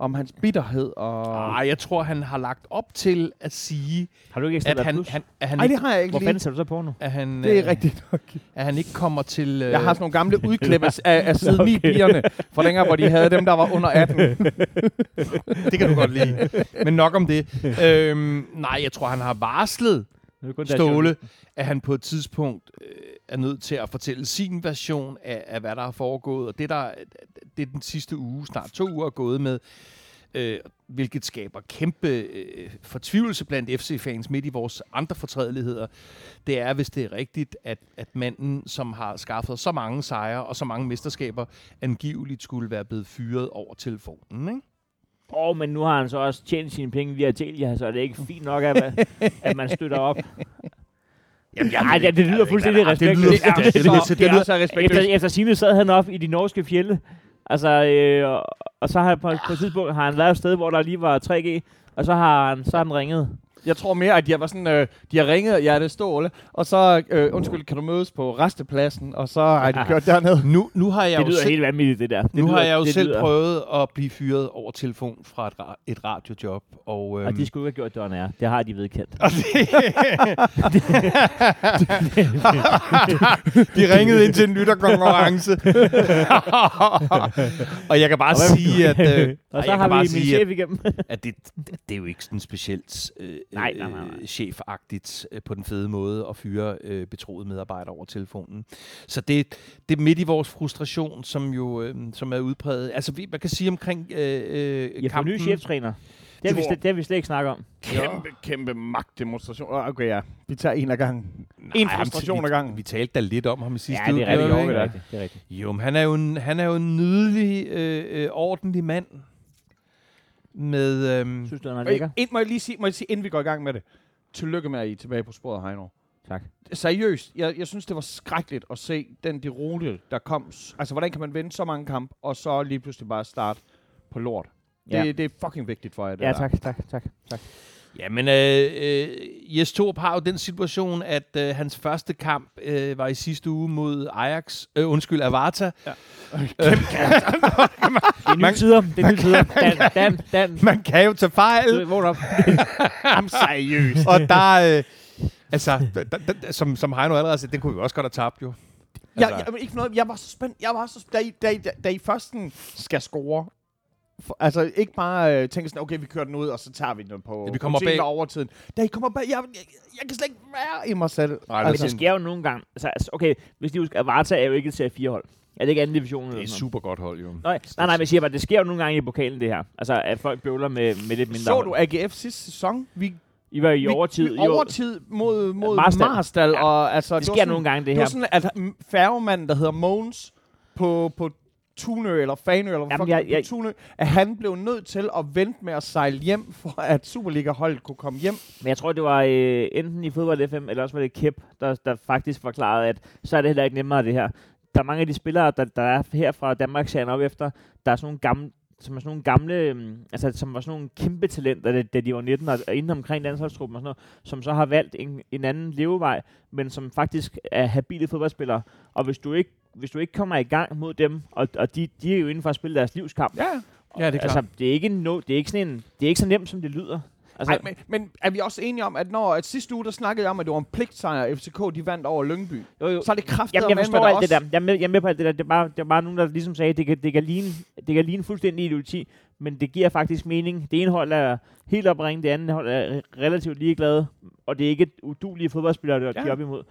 om hans bitterhed og...
Ej, jeg tror, han har lagt op til at sige,
Har du ikke ekstra
at han,
plus?
han, at han,
Ej,
ikke,
det har jeg ikke
Hvor
lige.
fanden ser du så på nu?
at han,
Det er
øh,
rigtigt nok.
at han ikke kommer til... Øh,
Jeg har sådan nogle gamle udklip af,
<laughs>
af side 9 pigerne fra dengang, hvor de havde dem, der var under 18.
øh, det kan du godt
<laughs>
lide. Men nok om det. øhm, nej, jeg tror, han har varslet
Nu er kun
Ståle, at han på et tidspunkt øh, er nødt til at fortælle sin version af, af hvad der er foregået, og det, der, det er den sidste uge, snart to uger, er gået med, øh, hvilket skaber kæmpe øh, fortvivlelse blandt FC-fans midt i vores andre fortrædeligheder, det er, hvis det er rigtigt, at, at manden, som har skaffet så mange sejre og så mange mesterskaber, angiveligt skulle være blevet fyret over telefonen, ikke?
Åh, oh, men nu har han så også tjent sine penge via Telia, så er det er ikke fint nok, at,
<laughs>
man- at man støtter op. Jamen, jeg, Ej, det, det lyder fuldstændig respektløst.
lyder- det- det lyder- det lyder-
så
Efter, efter sine sad han op i de norske fjelle, altså, øh, og, og så har han på, på et tidspunkt har han lavet et sted, hvor der lige var 3G, og så har han, så har han ringet.
Jeg tror mere, at de var sådan, øh, de har ringet, ja, det er Ståle, og så, øh, undskyld, kan du mødes på restepladsen, og så har de kørt derned.
Nu, nu har jeg
Det
jo
lyder
selv-
helt vanvittigt, det der. Det
Nu
lyder,
har jeg jo
det
selv
lyder.
prøvet at blive fyret over telefon fra et, ra- et radiojob, og, øhm,
Og de skulle ikke have gjort det, er. Det har de vedkendt.
de ringede ind til en
<laughs>
lytterkonkurrence. <laughs> og jeg kan bare
Og hvem-
sige,
<laughs>
at, øh,
Og
og
så
jeg
har
kan bare
vi min
sige, at,
chef igennem.
at det, det er jo ikke sådan specielt øh,
Nej, nej, nej, nej.
øh, chefagtigt øh, på den fede måde at fyre øh, betroede medarbejdere over telefonen. Så det, det er midt i vores frustration, som jo øh, som er udpræget. Altså, vi, man kan sige omkring øh, øh,
Jeg får
kampen...
ny cheftræner. Det har, vi
Det var-
slet, det har vi slet ikke snakket om.
Kæmpe, kæmpe magtdemonstration. Åh, Okay, ja. Vi tager en af gangen. En
Nej,
frustration
vi-
ad gangen.
Vi talte da lidt om ham i sidste
Ja, det er rigtigt.
udgave,
Jo,
ikke?
det er rigtigt. Det er rigtigt.
Jo, men han er jo en, han er jo en nydelig, øh, øh, ordentlig mand. Med, øhm,
Synes du, han er lækker?
Hey, ind, må, jeg lige sige, må jeg sige, inden vi går i gang med det. Tillykke med, at I er tilbage på sporet, Heino.
Tak.
Seriøst, jeg, jeg synes, det var skrækkeligt at se den derute, der kom. S- Altså, hvordan kan man vinde så mange kampe, og så lige pludselig bare starte på lort?
Ja.
Det, det er fucking vigtigt for jer, det
Ja,
der.
tak, tak, tak. tak.
jamen, øh, øh, Jes Torp har jo den situation, at øh, hans første kamp øh, var i sidste uge mod Ajax, øh, undskyld, Avarta.
Det er nye tider. Det er nye tider. <laughs> Dan, Dan, Dan.
Man kan jo tage fejl,
Du, Vågn <laughs> op.
<laughs> Jamen,
<laughs>
seriøst.
<laughs> og der, øh, altså, der, der, der, som, som Heino allerede har sagt, den kunne vi også godt have tabt jo.
Jeg,
Altså-
jeg, jeg, ikke for noget, jeg var så spændt. Jeg var så spændt. Da, I, da, I, da I først sådan skal score, for, altså ikke bare øh, tænke sådan, okay, vi kører den ud, og så tager vi den på
Ja, vi kommer
på tiden
bag.
og overtiden. Da I kommer bag, jeg, jeg, jeg kan slet ikke være i mig selv.
Nej, det
Men det sker jo nogle gange. Altså, altså, okay, hvis de husker, at Varta er jo ikke et serie 4 hold. Er det ikke anden division? Eller
Det er et
sådan
super godt hold jo.
noget? Nej, nej, nej, men jeg siger bare, det sker jo nogle gange i pokalen, det her. Altså, at folk bøvler med, med lidt mindre
Så
hold.
du AGF sidste sæson? Vi,
I var jo i
vi,
overtid.
Vi,
I var-
overtid mod, mod
Marstal.
Marstal. Marstal
Ja,
og, altså,
Det
var
sker
sådan-
nogle gange, det
Det var
her.
sådan, at færgemanden, der hedder Mogens, på, på Tunø eller Fanø, eller
Jamen,
Jamen,
jeg-
jeg,
jeg-
Tunø, at han blev nødt til at vente med at sejle hjem, for at Superliga-holdet kunne komme hjem.
Men jeg tror, det var øh, enten i Fodbold FM, eller også var det Kip, der, der faktisk forklarede, at så er det heller ikke nemmere det her. Der er mange af de spillere, der, der er her fra Danmark serien op efter, der er sådan nogle gamle som er sådan nogle gamle, øhm, altså som var sådan nogle kæmpe talenter, da, da de var 19 og, og inden omkring landsholdstruppen og sådan noget, som så har valgt en, en anden levevej, men som faktisk er habile fodboldspillere. Og hvis du ikke, hvis du ikke kommer i gang mod dem, og, og de, de er jo inden for at spille deres livskamp.
Ja,
Ja, det er klart.
Altså, det er ikke, en no, det er ikke, sådan en, det er ikke så nemt, som det lyder. Altså,
Ej, men, men er vi også enige om, at når at sidste uge, der snakkede jeg om, at det var en pligtsejr, FCK de vandt over Lyngby,
jo, jo.
så er det kraftigt
Jamen, jeg forstår alt det der. Jeg er, med, jeg er med på alt det der. Det er bare, det er bare nogen, der ligesom sagde, at det kan, det kan, ligne, det kan ligne fuldstændig ideologi, men det giver faktisk mening. Det ene hold er helt opringet, det andet hold er relativt ligeglade, og det er ikke udulige fodboldspillere, der ja. de
Ja.
er op imod.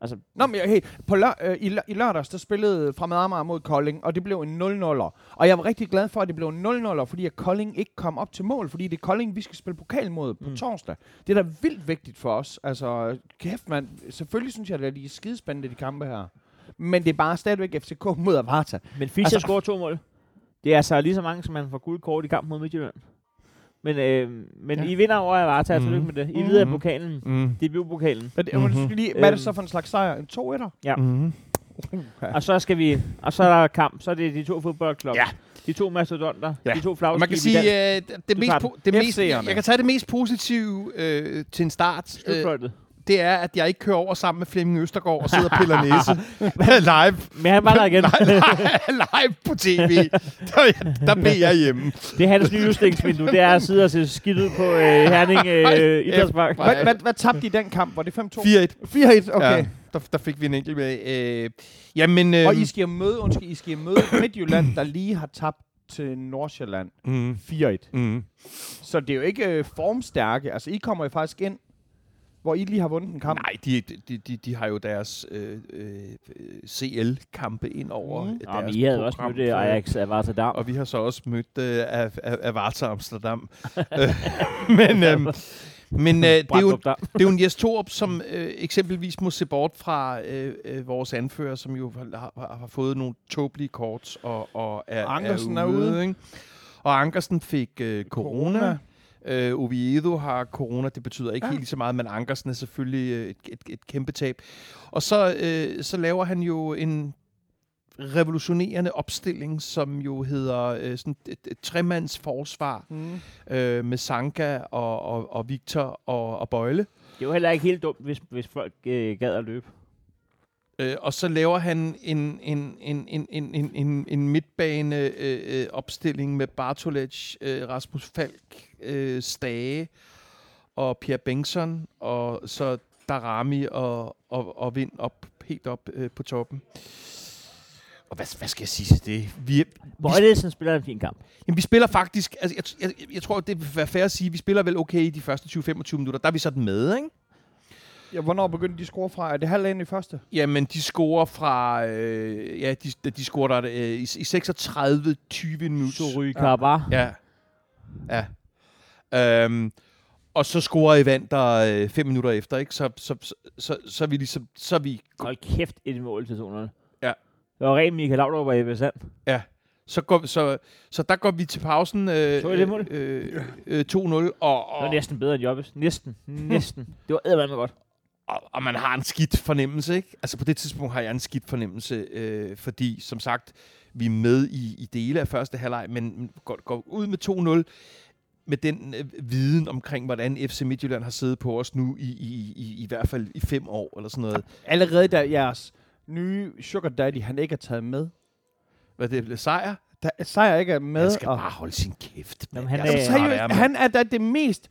Altså,
Nå, men hey, på lør- øh, i, lø- i lørdags, der spillede Fremad Amager mod Kolding, og det blev en 0-0'er. Og jeg var rigtig glad for, at det blev en 0-0'er, fordi at Kolding ikke kom op til mål, fordi det er Kolding, vi skal spille pokal mod på
Mm.
mm. torsdag. Det er da vildt vigtigt for os. Altså, kæft mand, selvfølgelig synes jeg, at de er skidespændende, de kampe her. Men det er bare stadigvæk FCK mod Avarta.
men Fischer altså,
Altså-
scorer to mål. Det er altså lige så mange, som han får guld kort i kampen mod Midtjylland. Men, øh, men
Ja.
ja. I vinder over Avarta, mm.
Mhm.
tillykke med det. I videre i
Mhm.
pokalen.
Mm.
Det blev pokalen.
Hvad, mm-hmm.
Mhm.
lige, hvad er
Øhm.
det så for en slags sejr? En
<laughs>
2-1'er?
Ja.
Mm.
Og så skal vi, og så er der kamp. Så er det de to fodboldklubber.
Ja.
De to mastodonter.
Ja.
De to
Og
flagskibe.
man kan
i
sige,
dansk
øh, det,
Du
mest,
tager den.
po- det mest,
FC'erne.
jeg kan tage det mest positive øh, til en start. Øh,
slutfløjtet.
det er, at jeg ikke kører over sammen med Flemming Østergaard og sidder og piller næse. <laughs> live,
Men han var der
<laughs>
igen.
live på tv. Der, der blev jeg hjemme.
det er hans nye udstillingsvindue. Det er at sidde og se skidt ud på øh, Herning øh, Idrætspark.
Ej.
Hvad, hvad, hvad tabte de i den kamp? Var det 5-2?
4-1.
4-1, okay.
Ja, der, der fik vi en enkelt med. Øh, jamen,
Og
øh,
I skal møde, undskyld, I skal møde Midtjylland, der lige har tabt til Nordsjælland
mm,
4-1.
mm.
Så det er jo ikke øh, formstærke. Altså, I kommer jo faktisk ind, hvor I lige har vundet en kamp.
Nej, de, de, de, de har jo deres øh, øh, CL-kampe ind over mm.
Mm.
Nå,
deres
men I havde også
program
mødt øh,
for-
Ajax af Rotterdam.
Og vi har så også mødt øh, af, af, af Varta Amsterdam. Øh, <laughs> men øhm, men øh, det, er jo,
Brandrup der.
det er jo en Jes Torup, som øh, eksempelvis må se bort fra øh, øh, vores anfører, som jo har, har, har fået nogle tåbelige kort og, og er,
Ankersen
er
er
ude.
ude.
Ikke? Og Ankersen fik øh, corona. corona.
Corona.
Øh, Oviedo har corona, det betyder ikke ja.
Ja.
helt lige så meget, men Ankersen er selvfølgelig øh, et, et, et kæmpe tab. Og så, øh, så laver han jo en revolutionerende opstilling, som jo hedder øh, sådan et, et tremandsforsvar
Mm.
øh, med Sanka og, og, og Victor og, og Bøjle.
Det var heller ikke helt dumt, hvis, hvis folk øh, gad at løbe.
Øh, og så laver han en, en, en, en, en, en, en, en midtbane øh, øh, opstilling med Bartolec, øh, Rasmus Falk, øh, Stage og Pierre Bengtsson, og så Darami og, og, og Vind op, helt op øh, på toppen. Og hvad, hvad skal jeg sige til det? Vi, er-
Bøjlesen spiller en fin kamp.
Jamen, vi spiller faktisk... Altså, jeg, jeg, jeg tror, det vil være fair at sige, vi spiller vel okay i de første 20-25 minutter. Der er vi sådan med, ikke?
Ja, hvornår begyndte de at score fra? Er det halv ind i første?
Jamen, de scorer fra... Øh, ja, de, de scorer der øh, i, i 36-20 minutter.
Sorry, Karabar.
Ja. Ja. Øhm, og så scorer Evander øh, fem minutter efter, ikke? Så, så, så, så, så er vi ligesom... Så er vi,
Hold kæft, et mål til zonerne.
Ja.
Det var rent Michael Laudrup og Ebbe Sand.
så, går, så, så der går vi til pausen øh,
Så er det mål.
øh, øh, 2-0, og,
Det var
og,
næsten bedre end Jobbes. Næsten. Næsten. det var eddermame godt.
og, og man har en skidt fornemmelse, ikke? Altså på det tidspunkt har jeg en skidt fornemmelse, øh, fordi som sagt, vi er med i, i dele af første halvleg, men går, går ud med 2-0 med den øh, viden omkring, hvordan FC Midtjylland har siddet på os nu i, i, i, i hvert fald i fem år, eller sådan noget.
Allerede da jeres nye Sugar Daddy, han ikke er taget med.
Hvad det blev sejr?
Da Sejr ikke er med.
Han skal bare holde sin kæft. mand.
Jamen, han
Jeg
er-
så træt af
seriøst,
ham.
han er da det mest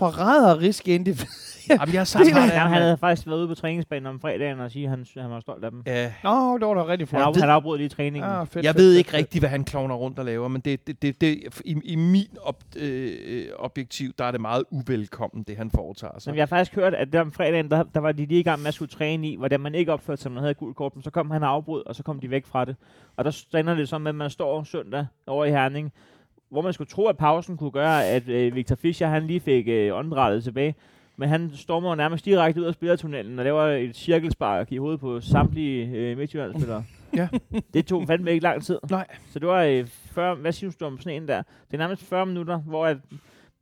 forræderiske individ.
Jamen, jeg er så
Det er
træt af
Han, han
ham.
havde faktisk været ude på træningsbanen om fredagen og sige, at han, han var stolt af dem.
Ja,
<laughs> Nå, det var da rigtig
Han,
flot.
af, han afbrød lige træningen.
Ah, fedt,
Jeg
fedt,
ved
fedt,
ikke
fedt.
rigtigt, hvad han klovner rundt og laver, men det, det, det, det, i, i min op, øh, objektiv, der er det meget uvelkommen, det han foretager
Så
sig.
jeg har faktisk hørt, at der om fredagen, der, der var de lige i gang med at skulle træne i, hvordan man ikke opførte sig, når man havde gul kort, men så kom han og afbrød, og så kom de væk fra det. Og der stander det som, at man står søndag over i Herning, hvor man skulle tro, at pausen kunne gøre, at øh, Victor Fischer han lige fik øh, åndedrættet tilbage. Men han stormer jo nærmest direkte ud af spillertunnelen og laver et cirkelspark i hovedet på samtlige øh, midtjyllandsspillere. Det tog fandme ikke lang tid.
Nej.
Så det var øh, 40, hvad synes du om sneen der? Det er nærmest 40 minutter, hvor at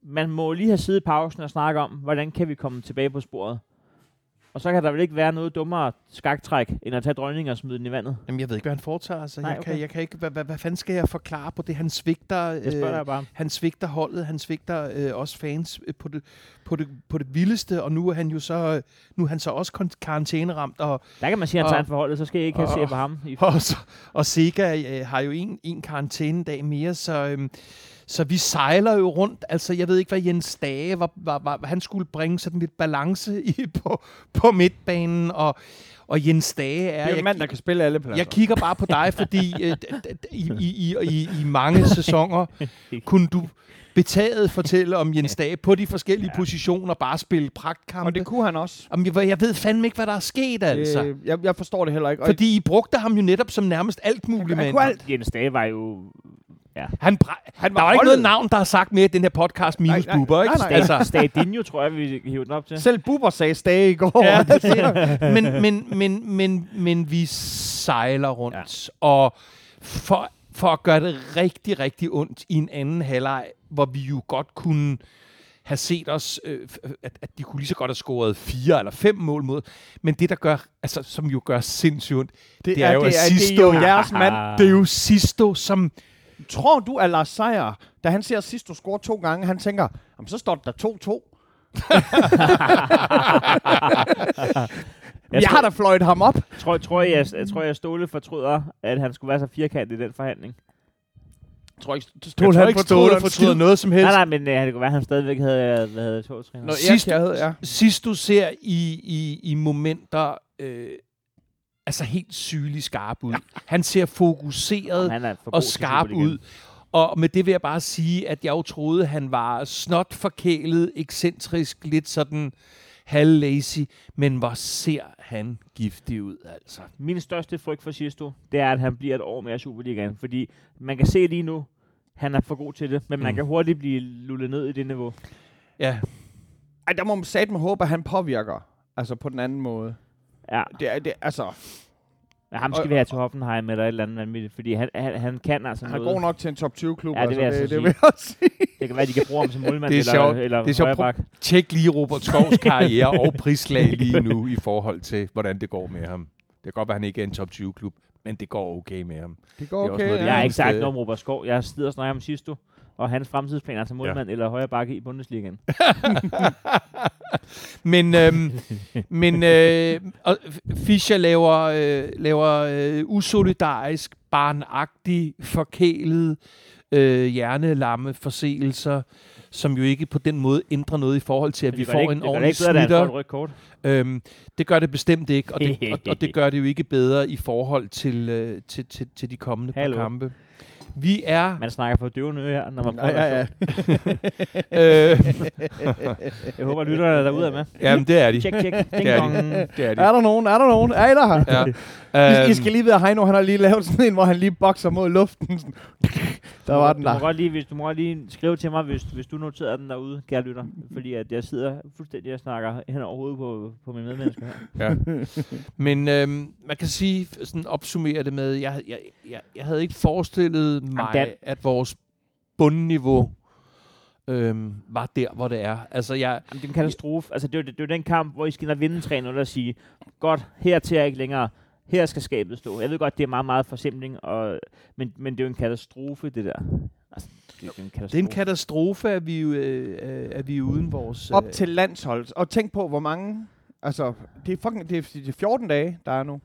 man må lige have siddet i pausen og snakke om, hvordan kan vi komme tilbage på sporet. Og så kan der vel ikke være noget dummere skaktræk, end at tage dronningen og smide den i vandet.
Jamen, jeg ved ikke, hvad han foretager sig.
Nej,
jeg, kan,
okay.
jeg kan ikke... Hvad, hvad, hvad fanden skal jeg forklare på det? Han svigter... øh,
Jeg spørger dig bare.
han svigter holdet, han svigter øh, også fans øh, på, det, på, det, på det vildeste, og nu er han jo så, øh, nu er han så også kon- karantæneramt, og,
Der kan man sige, at han
Og-
tager en forholdet, så skal jeg ikke have
og-
se på ham. I-
<laughs> og, så- og Sega øh, har jo en, en karantænedag mere, så, øhm, så vi sejler jo rundt. Altså, jeg ved ikke, hvad Jens Dage var, var, var han skulle bringe sådan lidt balance i, <laughs> på, på midtbanen, og, og Jens Dage er...
Det er en
jeg-
mand, der kan spille alle pladser.
jeg kigger bare på dig, fordi øh, d- d- d- i, i, i, i, i
<laughs>
mange sæsoner kunne du betaget fortælle om Jens Dage på de forskellige ja. positioner, bare spille pragtkampe.
og det kunne han også.
Jamen, jeg, jeg ved fandme ikke, hvad der er sket, altså. Øh,
Øh, jeg, jeg forstår det heller ikke. Og
fordi I brugte ham jo netop som nærmest alt muligt,
han
mand.
kunne alt.
Jens Dage var jo... Ja.
Han, bra- han
Han
var
var
der er jo ikke
holdet.
noget navn, der har sagt mere i den her podcast minus
Nej, nej,
Bubber, ikke?
nej, nej.
<laughs>
Altså,
Stadinho, tror jeg, vi hiver den op til.
Selv Bubber sagde stage i går. <laughs>
Ja, det siger. men, men, men, men, men vi sejler rundt, ja. og for, for at gøre det rigtig, rigtig ondt i en anden halvleg, hvor vi jo godt kunne have set os, øh, f- at, at de kunne lige så godt have scoret fire eller fem mål mod, men det, der gør, altså, som jo gør sindssygt ondt, det, det er, jo
det, er, det er
Sisto.
jo jeres mand.
Det er jo Sisto, som...
Tror du, at Lars Seier, da han ser Sisto score to gange, han tænker, Jamen, så står der 2-2.
Jeg
Jeg,
tror-
har da fløjt ham op.
Tror, tror, I, jeg, jeg tror jeg, Ståle fortryder, at han skulle være så firkantet i den forhandling.
Tror ikke,
Jeg tror ikke, Ståle fortryder noget som helst.
Nej, nej, men øh, det kunne være, at han stadigvæk havde, hvad havde to træner.
Nå, Sidst-
jeg havde, ja.
sidst du ser i, i, i momenter øh, altså helt sygelig skarp ud. Han ser fokuseret
Han er for god
og
til
skarp
Superligaen.
ud. Og med det vil jeg bare sige, at jeg jo troede, han var snot forkælet, ekscentrisk, lidt sådan halv-lazy, men hvor ser han giftig ud, altså.
Min største frygt for Sisto, det er, at han bliver et år mere i Superligaen. Fordi man kan se lige nu, han er for god til det, men man
Mm.
kan hurtigt blive lullet ned i det niveau.
Ja,
Ej, der må man satme håbe, at han påvirker. Altså på den anden måde.
Ja,
Det er, det, altså,
men ham skal
Og-
vi have til Hoffenheim eller et eller andet vanvittigt, fordi han, han, han kan altså
han er
noget.
god nok til en top 20-klub.
Ja, det vil jeg
altså,
så
det, det vil jeg også sige.
Det kan være, de kan bruge ham
<laughs>
som målmand
Det er
eller,
sjovt.
eller
Det er sjovt.
højreback.
tjek lige Robert
<laughs>
Skovs karriere og prislag lige
lige
nu.
nu i forhold til, hvordan det går med ham. Det kan godt være, at han ikke er en top 20-klub, men det går okay med ham.
Det
Det
går
er også
okay.
noget,
ja.
det
Jeg har
er
ikke sagt
sted.
noget om Robert Skov. Jeg sidder og snakker om Sisto og hans fremtidsplaner til målmand ja. eller højre bakke i Bundesligaen.
Men, øhm, men øh, og Fischer laver, øh, laver øh, usolidarisk, barnagtig, forkælet, øh, hjernelamme forseelser, som jo ikke på den måde ændrer noget i forhold til, at vi
Det gør
får
det ikke,
en
det gør det
ordentlig
ikke bedre, at han
snitter.
får et rødt kort.
Øhm, det gør det bestemt ikke, og
<laughs>
det, og, og det gør det jo ikke bedre i forhold til, øh, til, til, til de kommende par
Hallo.
kampe. Vi er...
Man snakker for døvende ører her, når man prøver
ja,
<laughs>
ja.
Øh,
Jeg håber, lytterne derude er med.
jamen, det er de.
Tjek, tjek. Ding
<laughs> Det er
dong.
Det er de.
Er der nogen? Er der nogen? Er I der?
Ja.
<laughs>
I, I
Øhm,
skal lige vide, at Heino han har lige lavet sådan en, hvor han lige bokser mod luften. <laughs> Sådan. der var
Du
den
må- Du må
der.
godt lige, hvis du må godt lige skrive til mig, hvis, hvis du noterede den derude, kære lytter. Fordi at jeg sidder fuldstændig og snakker hen over hovedet på, på mine medmennesker her.
Ja. Men øhm, man kan sige, sådan opsummere det med, jeg, jeg, jeg, jeg havde ikke forestillet mig,
Dan-
at vores bundniveau øhm, var der, hvor det er. Altså, jeg,
Jamen, det er en katastrofe. Altså, det er, jo- det er jo den kamp, hvor I skal ind og vinde 3-0 og sige, godt, her til jeg ikke længere. Her skal skabet stå. Jeg ved godt, det er meget, meget forsimpling, og, men, men det er jo en katastrofe, det der. Altså, det er jo en katastrofe.
det er en katastrofe, at vi, jo, øh, øh, at vi er uden vores... Øh,
Op til landsholds. Og tænk på, hvor mange... Altså, det er, fucking, det er, det er 14 dage, der er nu,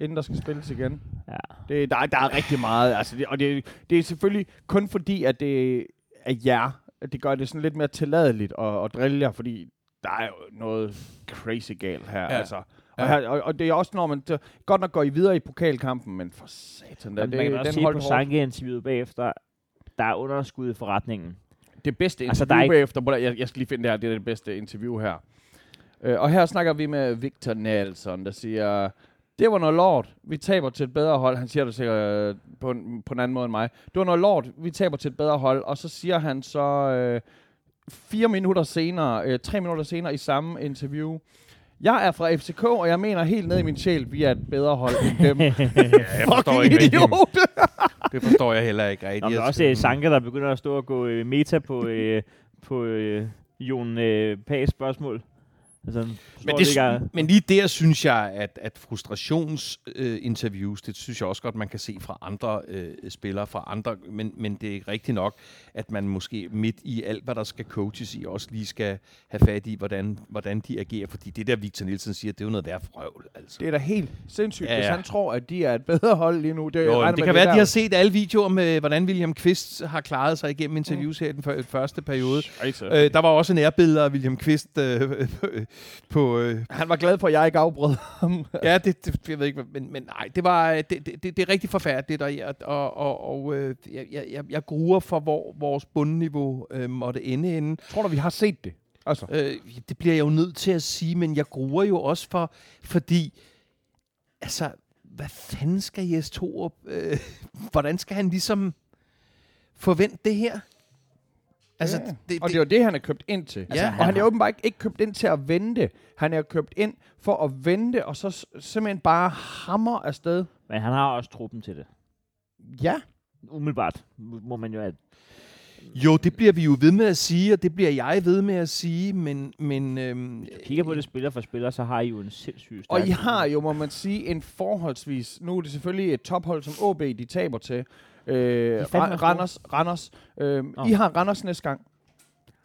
inden der skal spilles igen.
Ja.
Det, der, er- der er rigtig meget. Altså, det, og det, det er selvfølgelig kun fordi, at det er jer. At det gør det sådan lidt mere tilladeligt at, at drille jer, fordi der er jo noget crazy galt her.
Ja.
Ja. Altså.
Ja.
Og, her, og, og det er også, når man... t- Godt nok går I videre i pokalkampen, men for satan, da,
Ja,
det,
det, man kan også
den
se
holdt
på
hårdt.
Sanke-interviewet bagefter, der er underskud i <laughs> forretningen.
det bedste
Altså,
interview
der er
altså,
ikke-
bagefter. Prøv at- Jeg, jeg skal lige finde det her. Det er det bedste interview her. Øh, og her snakker vi med Victor Nelson, der siger, det var noget lort. Vi taber til et bedre hold. Han siger det sikkert øh, på en, på en anden måde end mig. Det var noget lort. Vi taber til et bedre hold. Og så siger han så øh, fire minutter senere, øh, tre minutter senere i samme interview, Jeg er fra FCK, og jeg mener helt ned i min sjæl, vi er et bedre hold end
<laughs>
dem.
jeg forstår
Fucking
ikke rigtig.
idiot!
Det forstår jeg heller ikke
Nå,
rigtigt.
men der er
Jeg
også
skal-
øh, Sanka, der begynder at stå og gå øh, meta på, øh, på øh, Jon øh, Pags spørgsmål. Altså,
men, det, sy- men lige der synes jeg, at, at frustrationsinterviews, øh, interviews, det synes jeg også godt, man kan se fra andre øh, spillere, fra andre, men, men det er rigtigt nok, at man måske midt i alt, hvad der skal coaches i, også lige skal have fat i, hvordan, hvordan de agerer, fordi det der Victor Nielsen siger, det er jo noget værre frøvl. Altså.
Det er da helt sindssygt,
Ja,
ja,
ja.
ja. hvis han tror, at de er et bedre hold lige nu. Det,
Jo,
regner
jamen, det
med,
kan være, at de
der-
har set alle videoer med, hvordan William Kvist har klaret sig igennem interviews her i den fø- første periode. Øh, der var også nærbilleder af William Kvist øh, <laughs> på... Øh,
Han var glad for, at jeg ikke afbrød ham.
ja, det, det, jeg ved ikke, hvad- men, men nej, det, var, øh, det, det, det det er rigtig forfærdeligt, og, jeg, og, og, og øh, jeg, jeg, jeg- jeg gruer for, hvor vores bundniveau øh, måtte ende inden.
<laughs> tror du, vi har set det? Altså.
Øh, det bliver jeg jo nødt til at sige, men jeg gruer jo også for, fordi, altså, hvad fanden skal Jes Torup, øh, <laughs> hvordan skal han ligesom forvente det her? Altså,
Ja.
det, det, Altså,
Og det er jo det, han er købt ind til.
Ja.
og han er åbenbart ikke, ikke købt ind til at vente. Han er købt ind for at vente, og så s- simpelthen bare hammer afsted.
men han har også truppen til det.
Ja.
Umiddelbart må man jo... At,
jo, det bliver vi jo ved med at sige, og det bliver jeg ved med at sige, men... men øhm,
kigger på det spiller for spiller, så har I jo en sindssyg stærk
Og I har
truppe.
jo, må man sige, en forholdsvis... Nu er det selvfølgelig et tophold, som OB de taber til. Øh,
er fandme
Ra- Randers. Randers. Øh,
Nå.
I har Randers næste gang.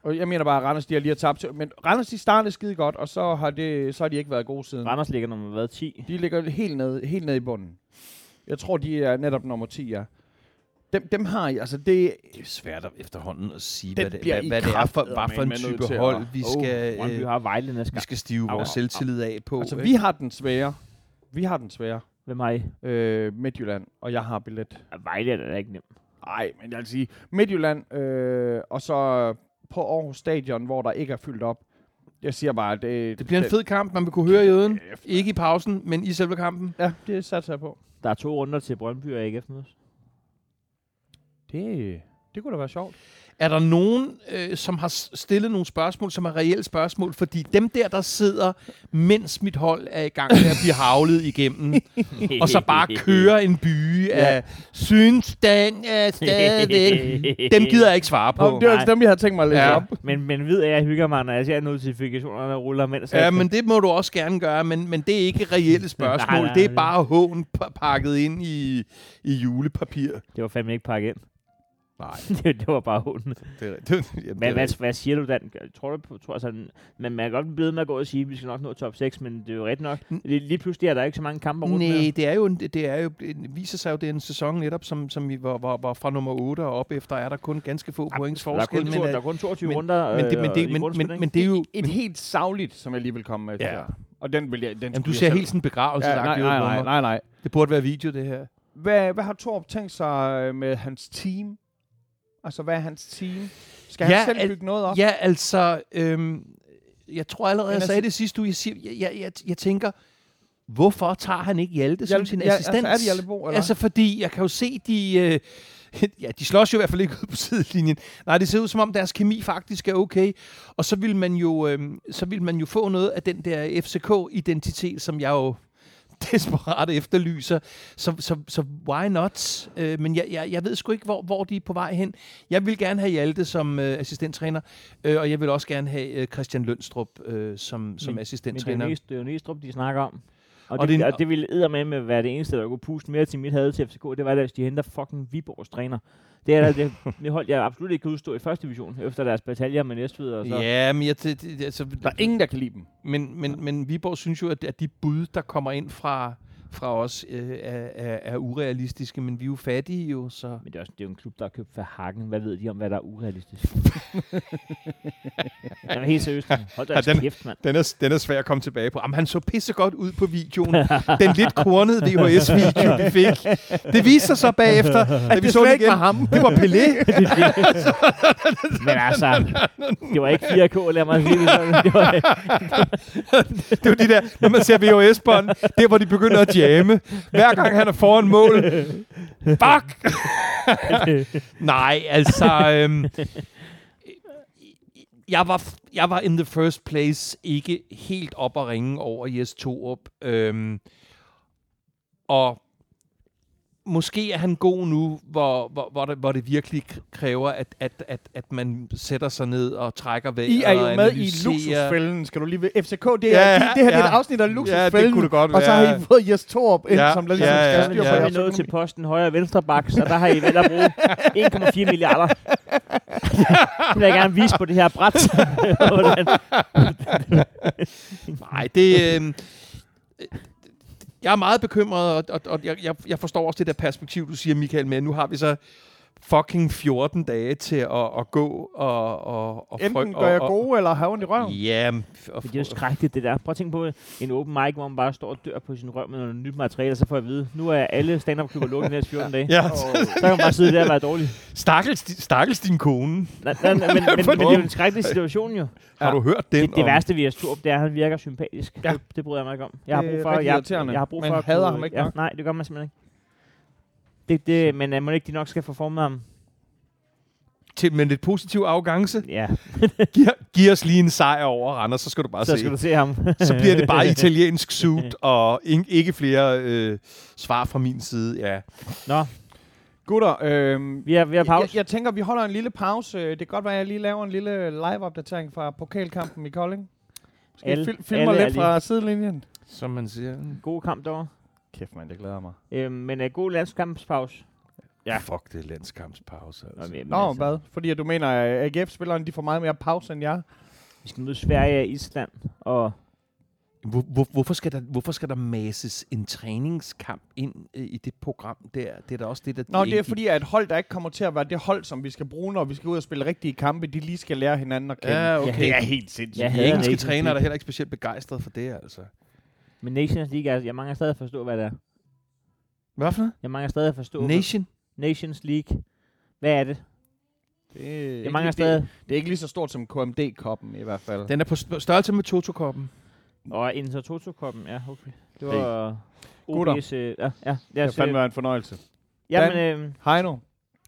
Og jeg mener bare, at Randers de har lige har tabt til. Men Randers de startede skide godt, og så har, det, så har de ikke været gode siden.
Randers ligger nummer hvad, 10.
De ligger helt nede, helt nede i bunden. Jeg tror, de er netop nummer 10, ja. Dem, dem har I, altså det...
det er jo svært at efterhånden at sige,
Den
hvad det,
bliver
hvad,
I
hvad det er for, hvad for en
kraftedeme nødt
type
til at-
hold, vi
Oh,
skal,
Brøndby
øh,
har Vejle næste
vi
gang.
skal stive
Au,
vores
au, au.
selvtillid af på.
Altså,
ikke?
vi har den svære. Vi har den svære.
Hvem har I?
Øh, Midtjylland, og jeg har billet.
Ah, Vejle er da ikke nemt.
Nej, men jeg vil sige, Midtjylland, øh, og så på Aarhus Stadion, hvor der ikke er fyldt op. Jeg siger bare, at det...
Det bliver en fed kamp, man vil kunne høre i øden.
Kæft,
Ikke i pausen, men i selve kampen.
Ja, det satser jeg på.
Der er to runder til Brøndby og AGF nu.
Det, det kunne da være sjovt.
Er der nogen, øh, som har s- stillet nogle spørgsmål, som er reelle spørgsmål? Fordi dem der, der sidder, mens mit hold er i gang med at blive havlet igennem, <laughs> og så bare kører en by af, synes den er stadigvæk. Dem gider jeg ikke svare på.
Nå, det var altså dem, jeg havde tænkt mig at læse
Ja.
ja. op.
<laughs> Men, men ved, at jeg hygger mig, når jeg ser notifikationerne ruller, mens
Ja,
jeg-
men det må du også gerne gøre, men, men det er ikke reelle spørgsmål.
<laughs> Nej, nej,
det er
nej.
bare hån pa- pakket ind i, i julepapir.
Det var fandme ikke pakket ind.
Nej,
<laughs> det, det var bare hunden.
det er, det, jamen, det er
Hvad, hvad, hvad siger du, Dan? Tror du, på- tror, altså, men man kan godt blive ved med at gå og sige, at vi skal nok nå top 6, men det er jo rigtigt nok.
Mm.
Lige, lige pludselig er der ikke så mange kampe rundt
Nej, det er jo, en- det er jo, det viser sig jo, det er en sæson netop, som, som vi var, var, var fra nummer 8 og op efter, er der kun ganske få points
Der er, kun,
forskel. Men,
to- der er
øh,
kun 22
men-
runder.
men, det, men,
øh,
det,
i
men,
grundspillet,
men,
ikke?
men det er jo...
Et helt savligt, som jeg lige vil komme med.
Ja.
der. Og den vil jeg... Den
Jamen, du
skulle
ser
jeg
helt sådan
selv- ja, nej,
begravelsesagtig
nej,
ud på
nej,
mig.
nej, nej.
Det burde være video, det her.
Hvad, hvad har Torp tænkt sig øh, med hans team? Altså, hvad er hans team? Skal
Ja,
han selv
al-
bygge noget op?
Ja, altså, øhm, jeg tror allerede,
Men
jeg sagde
altså-
det sidste uge. Jeg, siger, jeg, jeg, jeg, jeg tænker, hvorfor tager han ikke Hjalte som
Hjalte-
sin
ja, altså,
assistent?
er det Hjalte Bo, eller?
Altså, fordi jeg kan jo se, de... Øh, <laughs> ja, de slås jo i hvert fald ikke ud på <laughs> sidelinjen. Nej, det ser ud som om, deres kemi faktisk er okay. Og så vil man jo, øh, så vil man jo få noget af den der FCK-identitet, som jeg jo <laughs> desperat efterlyser. Så, så, så why not? Øh, men jeg, jeg, jeg ved sgu ikke, hvor, hvor de er på vej hen. Jeg vil gerne have Hjalte som øh, assistenttræner, øh, og jeg vil også gerne have øh, Christian Lønstrup øh, som, som
Men- Men det er,
assistenttræner.
jo Næstrup, det er jo Næstrup, de snakker om. Og,
Og
og, det,
det-
det, og det ville æder med med at være det eneste, der kunne puste mere til mit had til FCK. Det var, da, hvis de henter fucking Viborgs træner. Det er
<laughs>
da det, det hold, jeg absolut ikke kan udstå i første division, efter deres bataljer med Næstved. Og så.
Ja, men jeg, det, det, altså,
Der er ingen, der kan lide dem.
men, men, men Viborg synes jo, at, at de bud, der kommer ind fra, fra os, øh, er, er, er urealistiske, men vi er jo fattige jo, så...
Men det er, også, det er jo en klub, der har købt for hakken. Hvad ved de om, hvad der er
<laughs>
urealistisk? Jeg er helt seriøst. Hold da
Ja, den-
kæft, mand.
Den er, den er svær at komme tilbage på. Jamen, han så pissegodt ud på videoen. Den lidt kornede VHS-video, vi fik. Det viste sig så bagefter, at vi så
slet
det
ikke
igen.
var ham.
Det var Pelé.
Men
<laughs>
altså, det var ikke 4K, lad mig sige det sådan.
<laughs>
Det var,
Det var de der, når man ser VHS-bånd, det er, hvor de begynder at jamme. Hver gang han er foran mål. Fuck! <laughs> Nej, altså... Øhm, jeg var, f- jeg var in the first place ikke helt op at ringe over Jes Torup. Øhm, og måske er han god nu, hvor, hvor, hvor, det, hvor det virkelig k- kræver, at, at, at, at man sætter sig ned og trækker vejret.
I er jo
og
med i
analyserer.
luksusfælden, skal du lige ved. FCK, det, er, det, det
Ja,
her det er et
ja.
afsnit af
Ja, det
luksusfælden.
kunne det godt være.
og så har I fået Jes Torp ind,
Ja,
som ligesom
ja,
skal
ja, ja.
styre på
Så
Så er
jeres
vi nået til
økonomi.
posten højre og venstre bak, så der har I valgt at bruge 1,4 milliarder. <laughs> det vil jeg gerne vise på det her bræt. <laughs> Hvordan-
Nej, det... Øh, jeg er meget bekymret, og, og, og jeg, jeg, jeg forstår også det der perspektiv, du siger, Michael, med, at nu har vi så fucking 14 dage til at, at gå og... og, og
Enten
fryg-
gør jeg
og-
gode, eller har ondt i
og,
røven.
Ja, men f- og,
Men det er jo skrækkeligt, det der. Prøv at tænke på en open mic, hvor man bare står og dør på sin røv med noget nyt materiale, og så får jeg at vide, nu er alle stand-up klubber lukket de næste 14 dage.
Ja.
Så kan man bare sidde der og være dårlig.
Stakkels, di- stakkels din kone.
Nej,
<laughs>
nej, nej, men, men, men, det er jo en skrækkelig situation jo.
Har du hørt den?
Det, det
om-
værste ved Jes Torp, det er, at han virker sympatisk.
Ja.
Ja. Det, det bryder jeg mig ikke om. Jeg har
Det er
brug for,
rigtig
jeg,
irriterende.
jeg, har brug
Man
for at
hader
kunne-
ham ikke
ja,
nok.
Nej, det gør man simpelthen ikke. Det, det, men øh, må ikke de nok skal forforme ham?
Til, med lidt positiv arrogance.
<laughs>
Ja,
Giv, giv os lige en sejr over Randers, så skal du bare
så
se.
skal du se ham. <laughs>
så bliver det bare italiensk suit, og in, ikke flere øh, svar fra min side. Ja.
Gutter, øhm,
Vi har, vi har
jeg,
pause.
jeg tænker, vi holder en lille pause. Det kan godt være, at jeg lige laver en lille live-opdatering fra pokalkampen i Kolding. Skal alle,
Alle-
fil- filme
alle
mig
er
lidt
lige-
fra sidelinjen?
Som man siger.
God kamp derovre.
Kæft, mand, det glæder mig.
Øh, men øh, god landskampspause.
Ja. Fuck, det er landskampspause.
Nå, men,
Nå,
altså,
hvad? Fordi at du mener, at AGF-spillerne de får meget mere pause end jer.
Vi skal møde Sverige og Island, og
Hvor, hvor, hvorfor, skal der, hvorfor skal der masses en træningskamp ind øh, i det program der? Det er da også det, der...
Nå, det er
ikke-
fordi, at et hold, der ikke kommer til at være det hold, som vi skal bruge, når vi skal ud og spille rigtige kampe, de lige skal lære hinanden at kende.
Ja, okay.
Det
Ja,
er
helt sindssygt.
Jeg
Ja,
hader
engelske
Nations
træner er da
League.
heller ikke specielt begejstret for det, altså.
men Nations League, altså, jeg mangler stadig at forstå, hvad det er.
Hvad for noget?
Jeg mangler stadig at forstå. hvad-
Nation?
Nations League. Hvad er det?
Det, er
Jeg mangler
ikke,
stadig.
det, det er ikke lige så stort som KMD-koppen i hvert fald.
Den er på st- størrelse med Toto-koppen.
Og Inter Toto koppen ja, okay. Det
Hey.
var
Gutter.
OB's... Øh, ja, ja, lad
det
os,
fandme
øh,
være en fornøjelse.
jamen, øh,
Heino,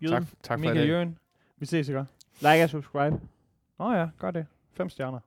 jyden,
tak
Michael Jørgen, vi ses i går.
like og subscribe.
Nå ja, gør det. Fem stjerner.